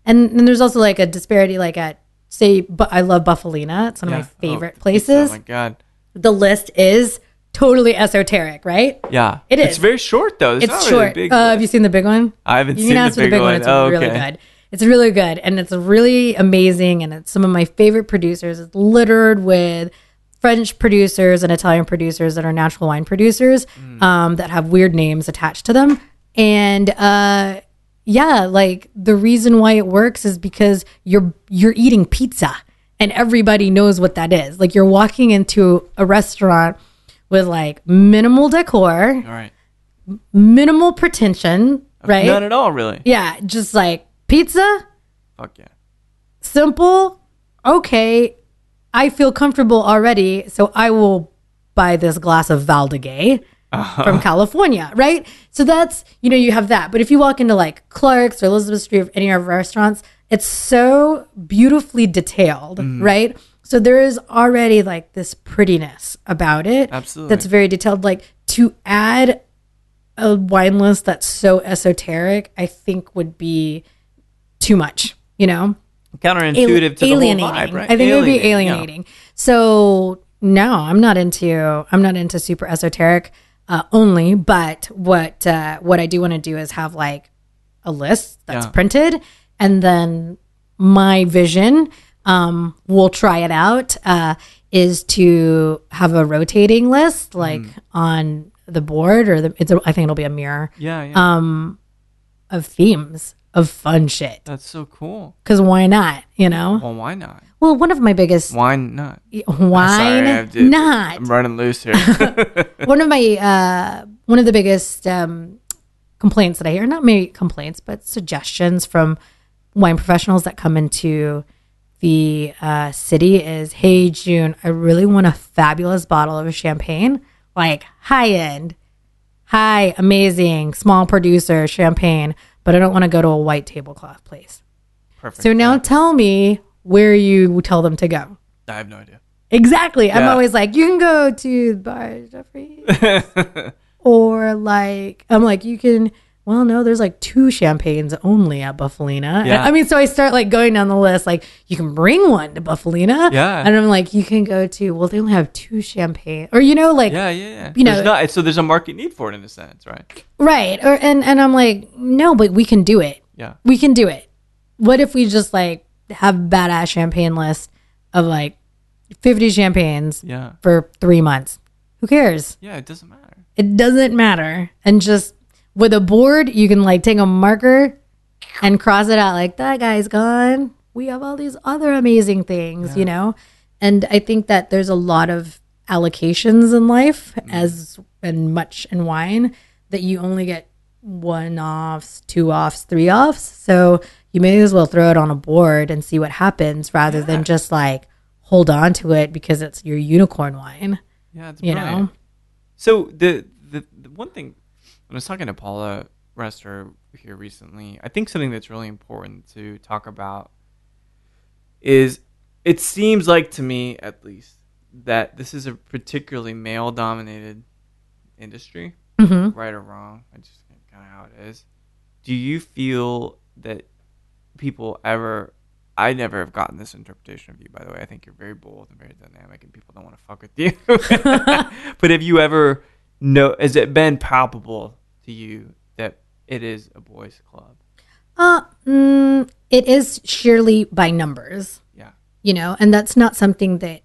And then there's also like a disparity, like at say, but I love Buffalina. It's one
Yeah.
of my favorite
Oh,
places
Oh my god.
the list is totally esoteric, right?
Yeah.
It
It's
is.
very short though. It's,
It's
not really
short.
big.
uh, have you seen the big one?
I haven't
You
seen
can
the
ask for
big one.
It's
Oh,
really
okay.
good. It's really good, and it's really amazing, and it's some of my favorite producers. It's littered with French producers and Italian producers that are natural wine producers
Mm.
um, that have weird names attached to them, and uh, yeah, like the reason why it works is because you're you're eating pizza, and everybody knows what that is. Like you're walking into a restaurant with like minimal decor,
All right.
minimal pretension, right?
None at all, really.
Yeah, just like pizza,
Fuck yeah.
simple. Okay, I feel comfortable already, so I will buy this glass of Valdegay from California, right? So that's, you know, you have that. But if you walk into like Clark's or Elizabeth Street or any of our restaurants, it's so beautifully detailed, right? So there is already like this prettiness about it.
Absolutely.
That's very detailed. Like to add a wine list that's so esoteric, I think would be too much, you know?
Counterintuitive to the whole
alienating.
vibe, right?
I think it would be
yeah.
alienating. So no, I'm not into I'm not into super esoteric uh, only. But what uh, what I do want to do is have like a list that's
Yeah.
printed, and then my vision. Um, we'll try it out. Uh, is to have a rotating list
Mm.
like on the board or the it's a, I think it'll be a mirror
Yeah, yeah.
Um, of themes of fun shit
That's so cool.
because why not you know
Well, why not?
well one of my biggest
Why not?
why
Sorry, I have to-
not?
I'm running loose here.
one of my uh, one of the biggest um, complaints that I hear, not maybe complaints, but suggestions from wine professionals that come into the uh, city is, "Hey June, I really want a fabulous bottle of champagne, like high end, high amazing, small producer champagne, but I don't want to go to a white tablecloth place."
Perfect.
So now tell me where you tell them to go.
I have no idea.
Exactly. I'm
Yeah.
always like, you can go to Bar Jeffrey. or like, I'm like, you can, well, no, there's like two champagnes only at Buffalina. And-
Yeah.
I mean, so I start like going down the list, like, you can bring one to Buffalina.
Yeah.
And I'm like, you can go to, well, they only have two champagne. Or, you know, like,
Yeah, yeah, yeah.
You know-
There's not- so there's a market need for it in a sense, right?
right. Or, and, and I'm like, no, but we can do it.
Yeah.
we can do it. What if we just like have a badass champagne list of like 50 champagnes
Yeah.
for three months? Who cares?
Yeah, it doesn't matter.
It doesn't matter. And just with a board, you can like take a marker and cross it out like that guy's gone. We have all these other amazing things, you know? And I think that there's a lot of allocations in life as and much in wine that you only get one offs, two offs, three offs. So you may as well throw it on a board and see what happens rather than just like hold on to it because it's your unicorn wine,
Yeah, it's
you
brilliant.
know?
So the, the the one thing when I was talking to Paula Rester here recently, I think something that's really important to talk about is it seems like to me at least that this is a particularly male dominated industry,
Mhm.
right or wrong. I just kind of how it is. Do you feel that people ever? I never have gotten this interpretation of you, by the way. I think you're very bold and very dynamic, and people don't want to fuck with you. but have you ever know? Has it been palpable to you that it is a boys' club?
Uh, mm, it is surely by numbers,
Yeah,
you know, and that's not something that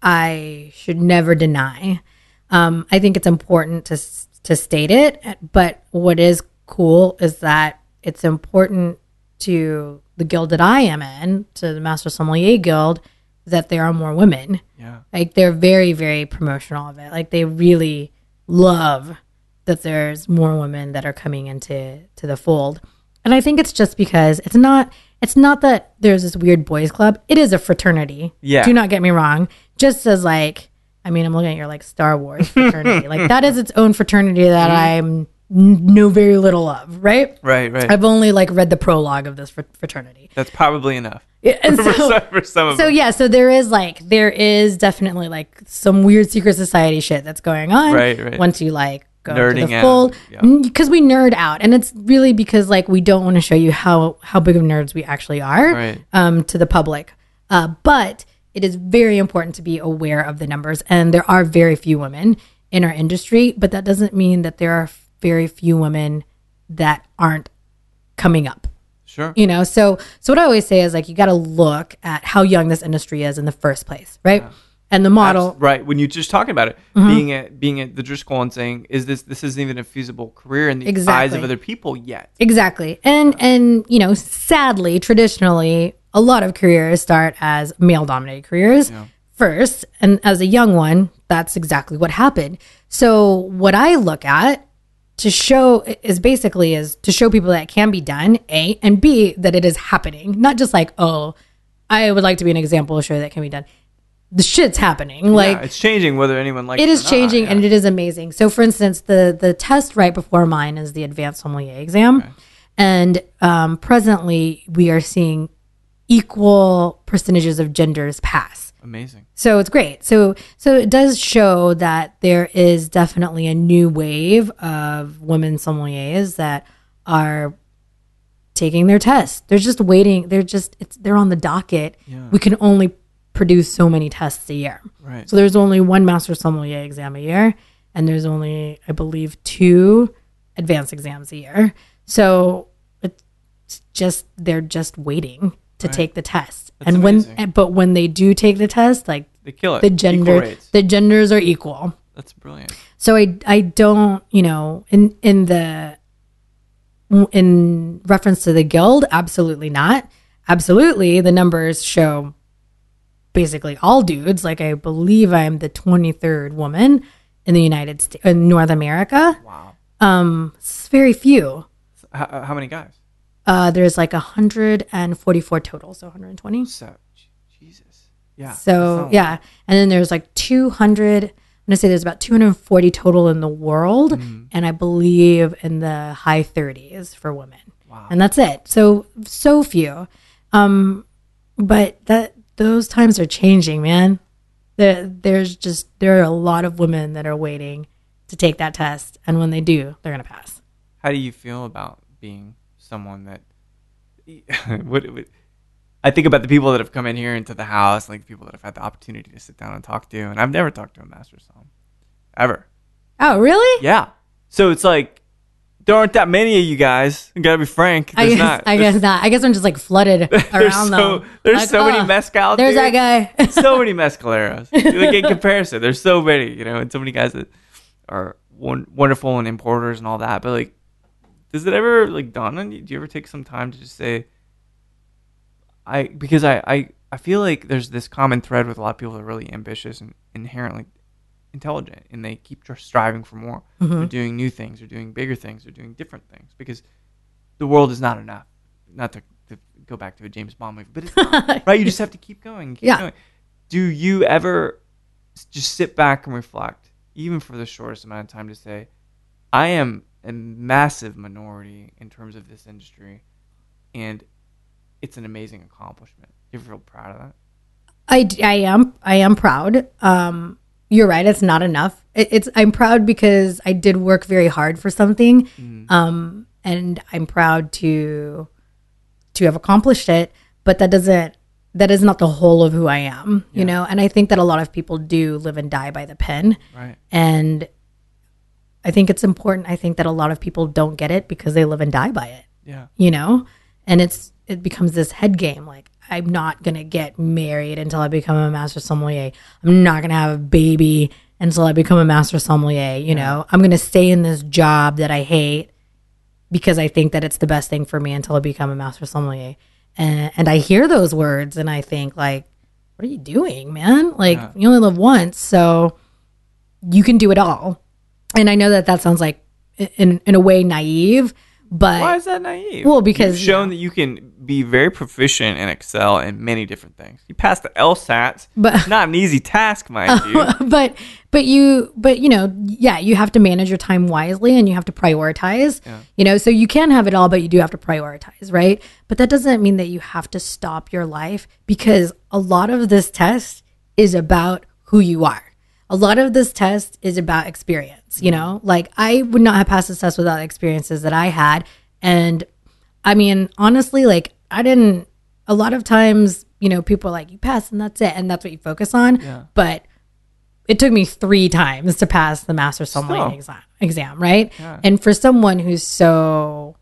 I should never deny. Um, I think it's important to s- to state it, but what is cool is that it's important to the guild that I am in, to the Master Sommelier Guild, that there are more women.
yeah,
Like they're very, very promotional of it. Like they really love that there's more women that are coming into to the fold. And I think it's just because it's not it's not that there's this weird boys club. It is a fraternity.
Yeah.
Do not get me wrong. Just as like I mean, I'm looking at your like Star Wars fraternity. like that is its own fraternity that I'm n- know very little of, right?
Right, right.
I've only like read the prologue of this fr- fraternity.
That's probably enough
Yeah, and
for
so-
some, for some of
so
them.
yeah, so there is like there is definitely like some weird secret society shit that's going on.
Right, right.
Once you like go to
Nerding
the
out,
fold,
yeah.
because we nerd out, and it's really because like we don't want to show you how how big of nerds we actually are
Right.
um, to the public. Uh, but it is very important to be aware of the numbers, and there are very few women in our industry. But that doesn't mean that there are very few women that aren't coming up
Sure.
you know so so what i always say is like you got to look at how young this industry is in the first place right and the model
Abs- Right. When you just talking about it,
Mm-hmm.
being at being at the Driscoll and saying, "Is this this isn't even a feasible career in the eyes
Exactly.
of other people yet?"
exactly and and you know sadly traditionally a lot of careers start as male dominated careers first and as a young one that's exactly what happened so what i look at to show is basically is to show people that it can be done a and b that it is happening not just like oh i would like to be an example to show that can be done the shit's happening like
yeah, it's changing whether anyone likes
it
or
is
not,
changing
yeah.
and it is amazing so for instance the the test right before mine is the advanced sommelier exam and um, presently we are seeing equal percentages of genders pass
amazing.
so it's great so so it does show that there is definitely a new wave of women sommeliers that are taking their test they're just waiting they're just it's they're on the docket we can only produce so many tests a year
Right.
so there's only one master sommelier exam a year, and there's only, I believe, two advanced exams a year. So it's just they're just waiting to take the test. and when,
amazing.
and- but when they do take the test, like
they kill it.
the
Equal
gender,
rates.
the genders are equal.
That's brilliant.
So I, I don't, you know, in in the in reference to the guild, absolutely not. Absolutely, the numbers show basically all dudes. Like I believe I'm the 23rd woman in the United States, in North America.
Wow.
Um, it's very few.
So How, how many guys?
Uh, there's like 144 total, so 120.
So, j- Jesus. Yeah. that's
So
not-
yeah, and then there's like 200. I'm gonna say there's about 240 total in the world, and I believe in the high 30s for women.
Wow.
And that's it. So so few. Um, but that those times are changing, man. There, there's just there are a lot of women that are waiting to take that test, and when they do, they're gonna pass.
How do you feel about being someone that? what, what- I think about the people that have come in here into the house, like the people that I've had the opportunity to sit down and talk to, and I've never talked to a master som, ever.
Oh, really?
Yeah. So it's like there aren't that many of you guys. I gotta be frank.
I
There's
guess
not.
I
There's-
guess not. I guess I'm just like flooded
There's
around
so,
them.
there's
Like,
so
oh,
many mezcal.
There's
dude.
that guy.
so many mescaleros. Like in comparison, there's so many, you know, and so many guys that are won- wonderful and importers and all that. But like, does it ever like dawn on you? Do you ever take some time to just say, I because I I, I feel like there's this common thread with a lot of people that are really ambitious and inherently intelligent, and they keep tr- striving for more. They're doing new things, they're doing bigger things, they're doing different things because the world is not enough. Not to, to go back to a James Bond movie, but it's not right. You just have to keep going. Keep
Yeah.
Going. Do you ever s- just sit back and reflect, even for the shortest amount of time, to say, I am a massive minority in terms of this industry, and it's an amazing accomplishment. You ever feel proud of that?
I, d- I am I am proud. Um, you're right. It's not enough. It, it's I'm proud because I did work very hard for something, um, and I'm proud to to have accomplished it. But that doesn't that is not the whole of who I am, you know. And I think that a lot of people do live and die by the pen,
Right.
and I think it's important. I think that a lot of people don't get it because they live and die by it
Yeah.
you know and it's it becomes this head game like i'm not gonna get married until i become a master sommelier i'm not gonna have a baby until i become a master sommelier you know i'm gonna stay in this job that i hate because i think that it's the best thing for me until i become a master sommelier and, and i hear those words and i think like what are you doing man like you only live once so you can do it all and i know that that sounds like in in a way naive but
Why is that naive?
Well, because,
You've shown that you can be very proficient and excel in many different things. You passed the LSATs.
But-
It's not an easy task, mind you.
but but you but you know yeah you have to manage your time wisely and you have to prioritize you know so you can have it all but you do have to prioritize right but that doesn't mean that you have to stop your life because a lot of this test is about who you are a lot of this test is about experience you know like i would not have passed this test without the experiences that i had and I mean, honestly, like I didn't. A lot of times, you know, people are like, "You pass, and that's it," and that's what you focus on. But it took me three times to pass the master
Still.
sommelier exam, exam, right? And for someone who's so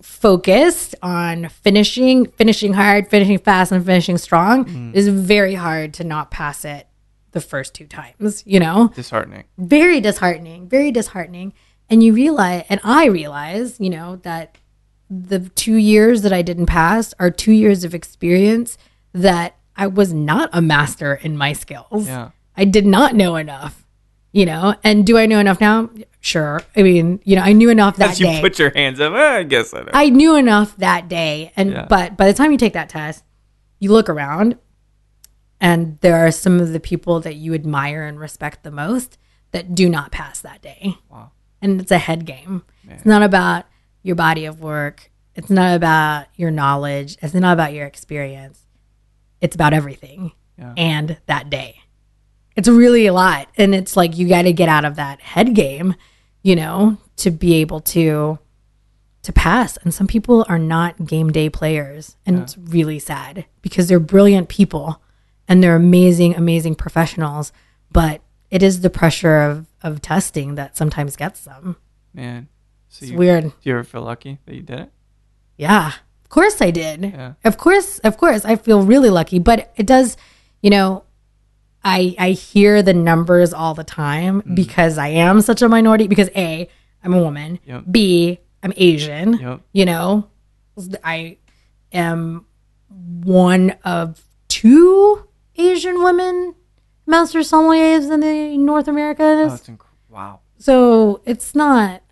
focused on finishing, finishing hard, finishing fast, and finishing strong, is very hard to not pass it the first two times. You know,
Disheartening.
very disheartening, very disheartening. And you realize, and I realize, you know, that the two years that I didn't pass are two years of experience that I was not a master in my skills.
Yeah.
I did not know enough, you know. And do I know enough now? Sure. I mean, you know, I knew enough that
As you
day.
put your hands up, "Eh, I guess I don't.
I knew enough that day. And
Yeah.
but by the time you take that test, you look around and there are some of the people that you admire and respect the most that do not pass that day.
Wow.
And it's a head game. It's not about your body of work. It's not about your knowledge. It's not about your experience. It's about everything
Yeah.
and that day. It's really a lot. And it's like you got to get out of that head game, you know, to be able to to pass. And some people are not game day players. And it's really sad because they're brilliant people and they're amazing, amazing professionals. But it is the pressure of, of testing that sometimes gets them.
Man. So
It's
you,
weird.
do you ever feel lucky that you did it?
Yeah. Of course I did.
Yeah.
Of course, of course. I feel really lucky. But it does, you know, I I hear the numbers all the time
Mm.
because I am such a minority because A, I'm a woman.
Yep.
B, I'm Asian.
Yep.
You know? I am one of two Asian women master sommeliers in the North
Oh,
Americas.
that's inc- wow.
so it's not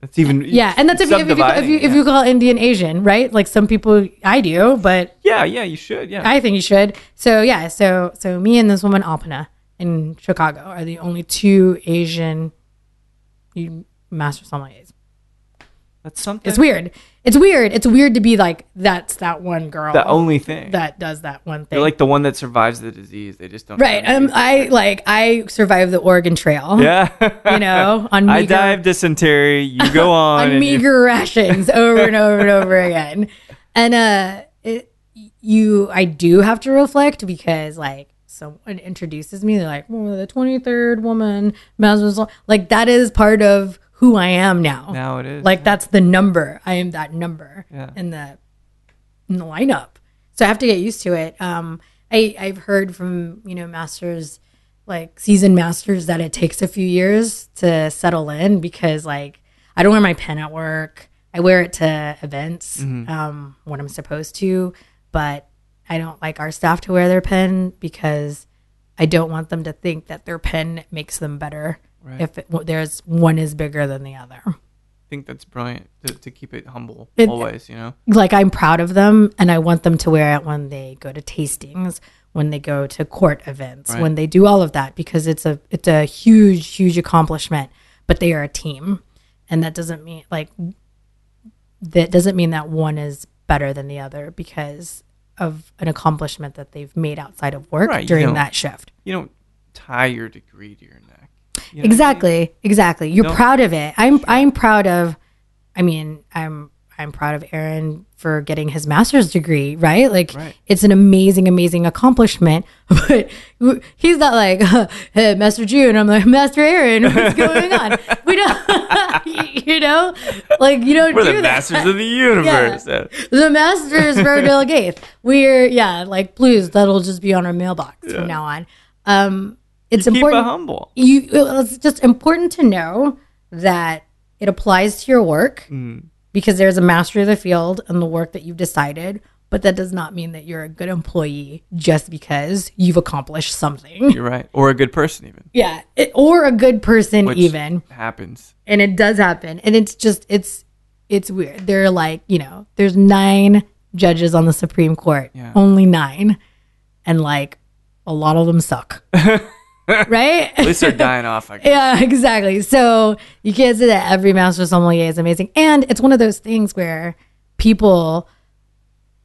That's even
yeah, and that's if you, if you, if you,
subdividing,
if
yeah.
you call Indian Asian, right? Like some people, I do, but
yeah yeah you should yeah
I think you should. So yeah, so so me and this woman Alpana in Chicago are the only two Asian you- master sommeliers.
that's something
It's weird. It's weird. It's weird to be like that's that one girl
the only thing
that does that one thing.
They're like the one that survives the disease. They just don't.
right?
know.
Um, I like I survived the Oregon Trail.
yeah.
You know, on
I
meager-
dive dysentery. You go on.
on
and you-
meager rations over and over and over again. And uh, it, you, I do have to reflect because like someone introduces me, they're like, "Oh, the twenty third woman," Master Sol-" like that is part of who I am now.
now it is.
Like that's the number. I am that number
Yeah.
in the in the lineup. So I have to get used to it. Um, I I've heard from you know masters like seasoned masters that it takes a few years to settle in because like I don't wear my pen at work. I wear it to events um, when I'm supposed to, but I don't like our staff to wear their pen because I don't want them to think that their pen makes them better if it, there's one is bigger than the other.
I think that's brilliant to, to keep it humble
It-
always. You know.
like I'm proud of them and I want them to wear it when they go to tastings, when they go to court events,
Right.
when they do all of that because it's a it's a huge huge accomplishment, but they are a team. And that doesn't mean like that doesn't mean that one is better than the other because of an accomplishment that they've made outside of work
Right, you
during
don't-
that shift.
You don't tie your degree to your neck. You know what I mean?
Exactly. Exactly. You're
No.
proud of it. I'm I'm proud of I mean, I'm I'm proud of Aaron for getting his master's degree, right? Like
Right.
it's an amazing amazing accomplishment, but he's not like hey, Master June, I'm like Master Aaron, what's going on? We don't you know? Like you don't
We're
do
the
that.
masters of the universe. Uh,
The Masters for Bill Gates. We're yeah, like blues that'll just be on our mailbox from now on. Um it's
Keep it
important
humble.
you it's just important to know that it applies to your work because there's a mastery of the field and the work that you've decided but that does not mean that you're a good employee just because you've accomplished something
You're right. Or a good person even.
yeah it- or a good person even
Happens.
and it does happen and it's just it's it's weird. There are like, you know, there's nine judges on the Supreme Court,
Yeah.
only nine, and like a lot of them suck, right?
At least they're dying off. I guess.
Yeah, exactly. So you can't say that every master sommelier is amazing. And it's one of those things where people,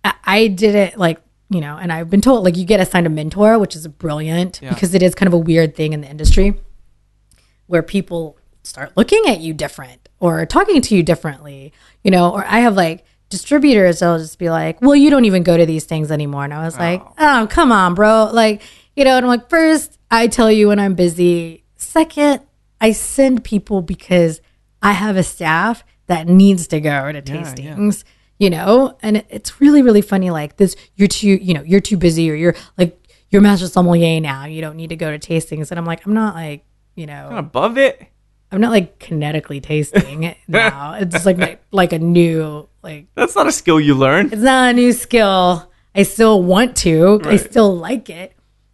I, I didn't like, you know, and I've been told like you get assigned a mentor, which is brilliant because it is kind of a weird thing in the industry where people start looking at you different or talking to you differently, you know, or I have like distributors that'll just be like, well, you don't even go to these things anymore. And I was like, oh, come on, bro. Like, you know, and I'm like, first, I tell you when I'm busy. Second, I send people because I have a staff that needs to go to tastings. You know, and it- it's really, really funny. Like this, you're too, you know, you're too busy, or you're like, you're master sommelier now. You don't need to go to tastings. And I'm like, I'm not like, you know,
Above it.
I'm not like kinetically tasting it now. It's just like my, like a new like
That's not a skill you learn.
it's not a new skill. I still want to. I still like it.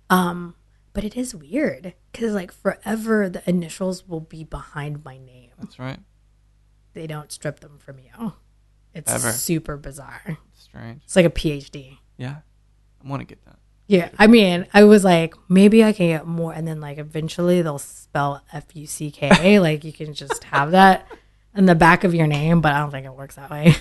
Um, but it is weird because like forever the initials will be behind my name.
That's right.
They don't strip them from you. It's
Ever.
super bizarre.
Strange.
It's like a PhD.
Yeah. I want to get that.
Yeah, I mean, I was like, maybe I can get more, and then like eventually they'll spell F U C K. Like you can just have that in the back of your name, but I don't think it works that way.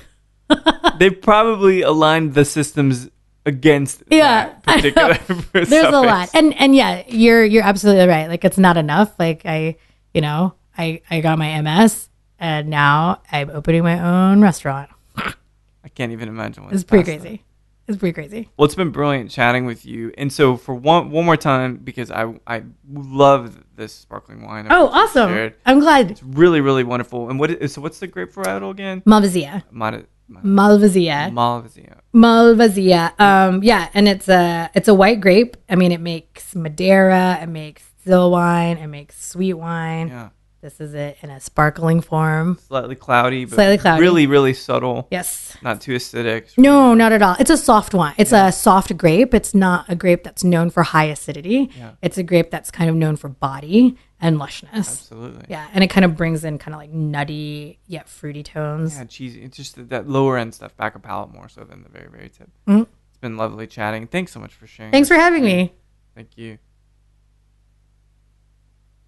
They probably aligned the systems against
Yeah,
that particular.
There's a lot, and and yeah, you're you're absolutely right. Like it's not enough. Like I, you know, I I got my MS, and now I'm opening my own restaurant.
I can't even imagine. What
It's pretty
past that.
crazy. It's pretty crazy.
Well, it's been brilliant chatting with you. And so for one one more time, because I I love this sparkling wine.
Oh, awesome!
Jared.
I'm glad.
really really wonderful. And what is so? What's the grape varietal again?
Malvasia,
Mod- Mod-
Malvasia.
Malvasia.
Malvasia. Um, yeah, and it's a it's a white grape. I mean, it makes Madeira, it makes still wine, it makes sweet wine.
Yeah,
This is it in a sparkling form.
slightly cloudy, but
Slightly cloudy.
Really really subtle.
Yes.
Not too acidic.
No, not at all. It's a soft wine. It's a soft grape. It's not a grape that's known for high acidity. It's a grape that's kind of known for body and lushness.
Absolutely.
Yeah, and it kind of brings in kind of like nutty yet fruity tones.
Yeah, cheesy. It's just that- that lower end stuff back a palate more so than the very, very tip. It's been lovely chatting. Thanks so much for sharing.
Mm-hmm. Thanks for having me.
Thank you.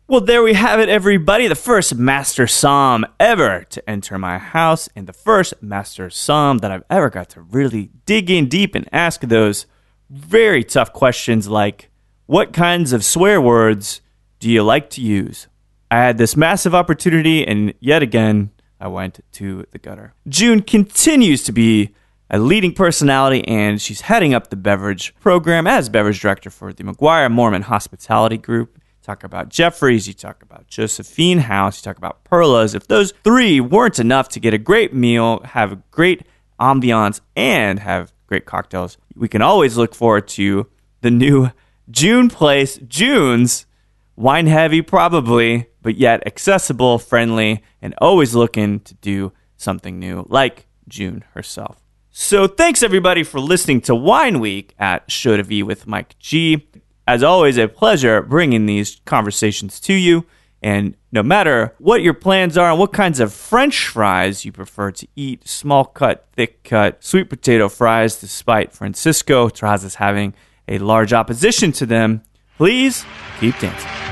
Well, there we have it, everybody. The first Master Psalm ever to enter my house, and the first Master Psalm that I've ever got to really dig in deep and ask those very tough questions like, What kinds of swear words do you like to use? I had this massive opportunity, and yet again, I went to the gutter. June continues to be a leading personality, and she's heading up the beverage program as beverage director for the McGuire Mormon Hospitality Group. Talk about Jeffries, you talk about Josephine House, you talk about Perla's. If those three weren't enough to get a great meal, have a great ambiance, and have great cocktails, we can always look forward to the new June place, June's wine heavy probably but yet accessible friendly and always looking to do something new like june herself so thanks everybody for listening to wine week at show to v with mike g as always a pleasure bringing these conversations to you and no matter what your plans are and what kinds of french fries you prefer to eat small cut thick cut sweet potato fries despite francisco terrazas having a large opposition to them please keep dancing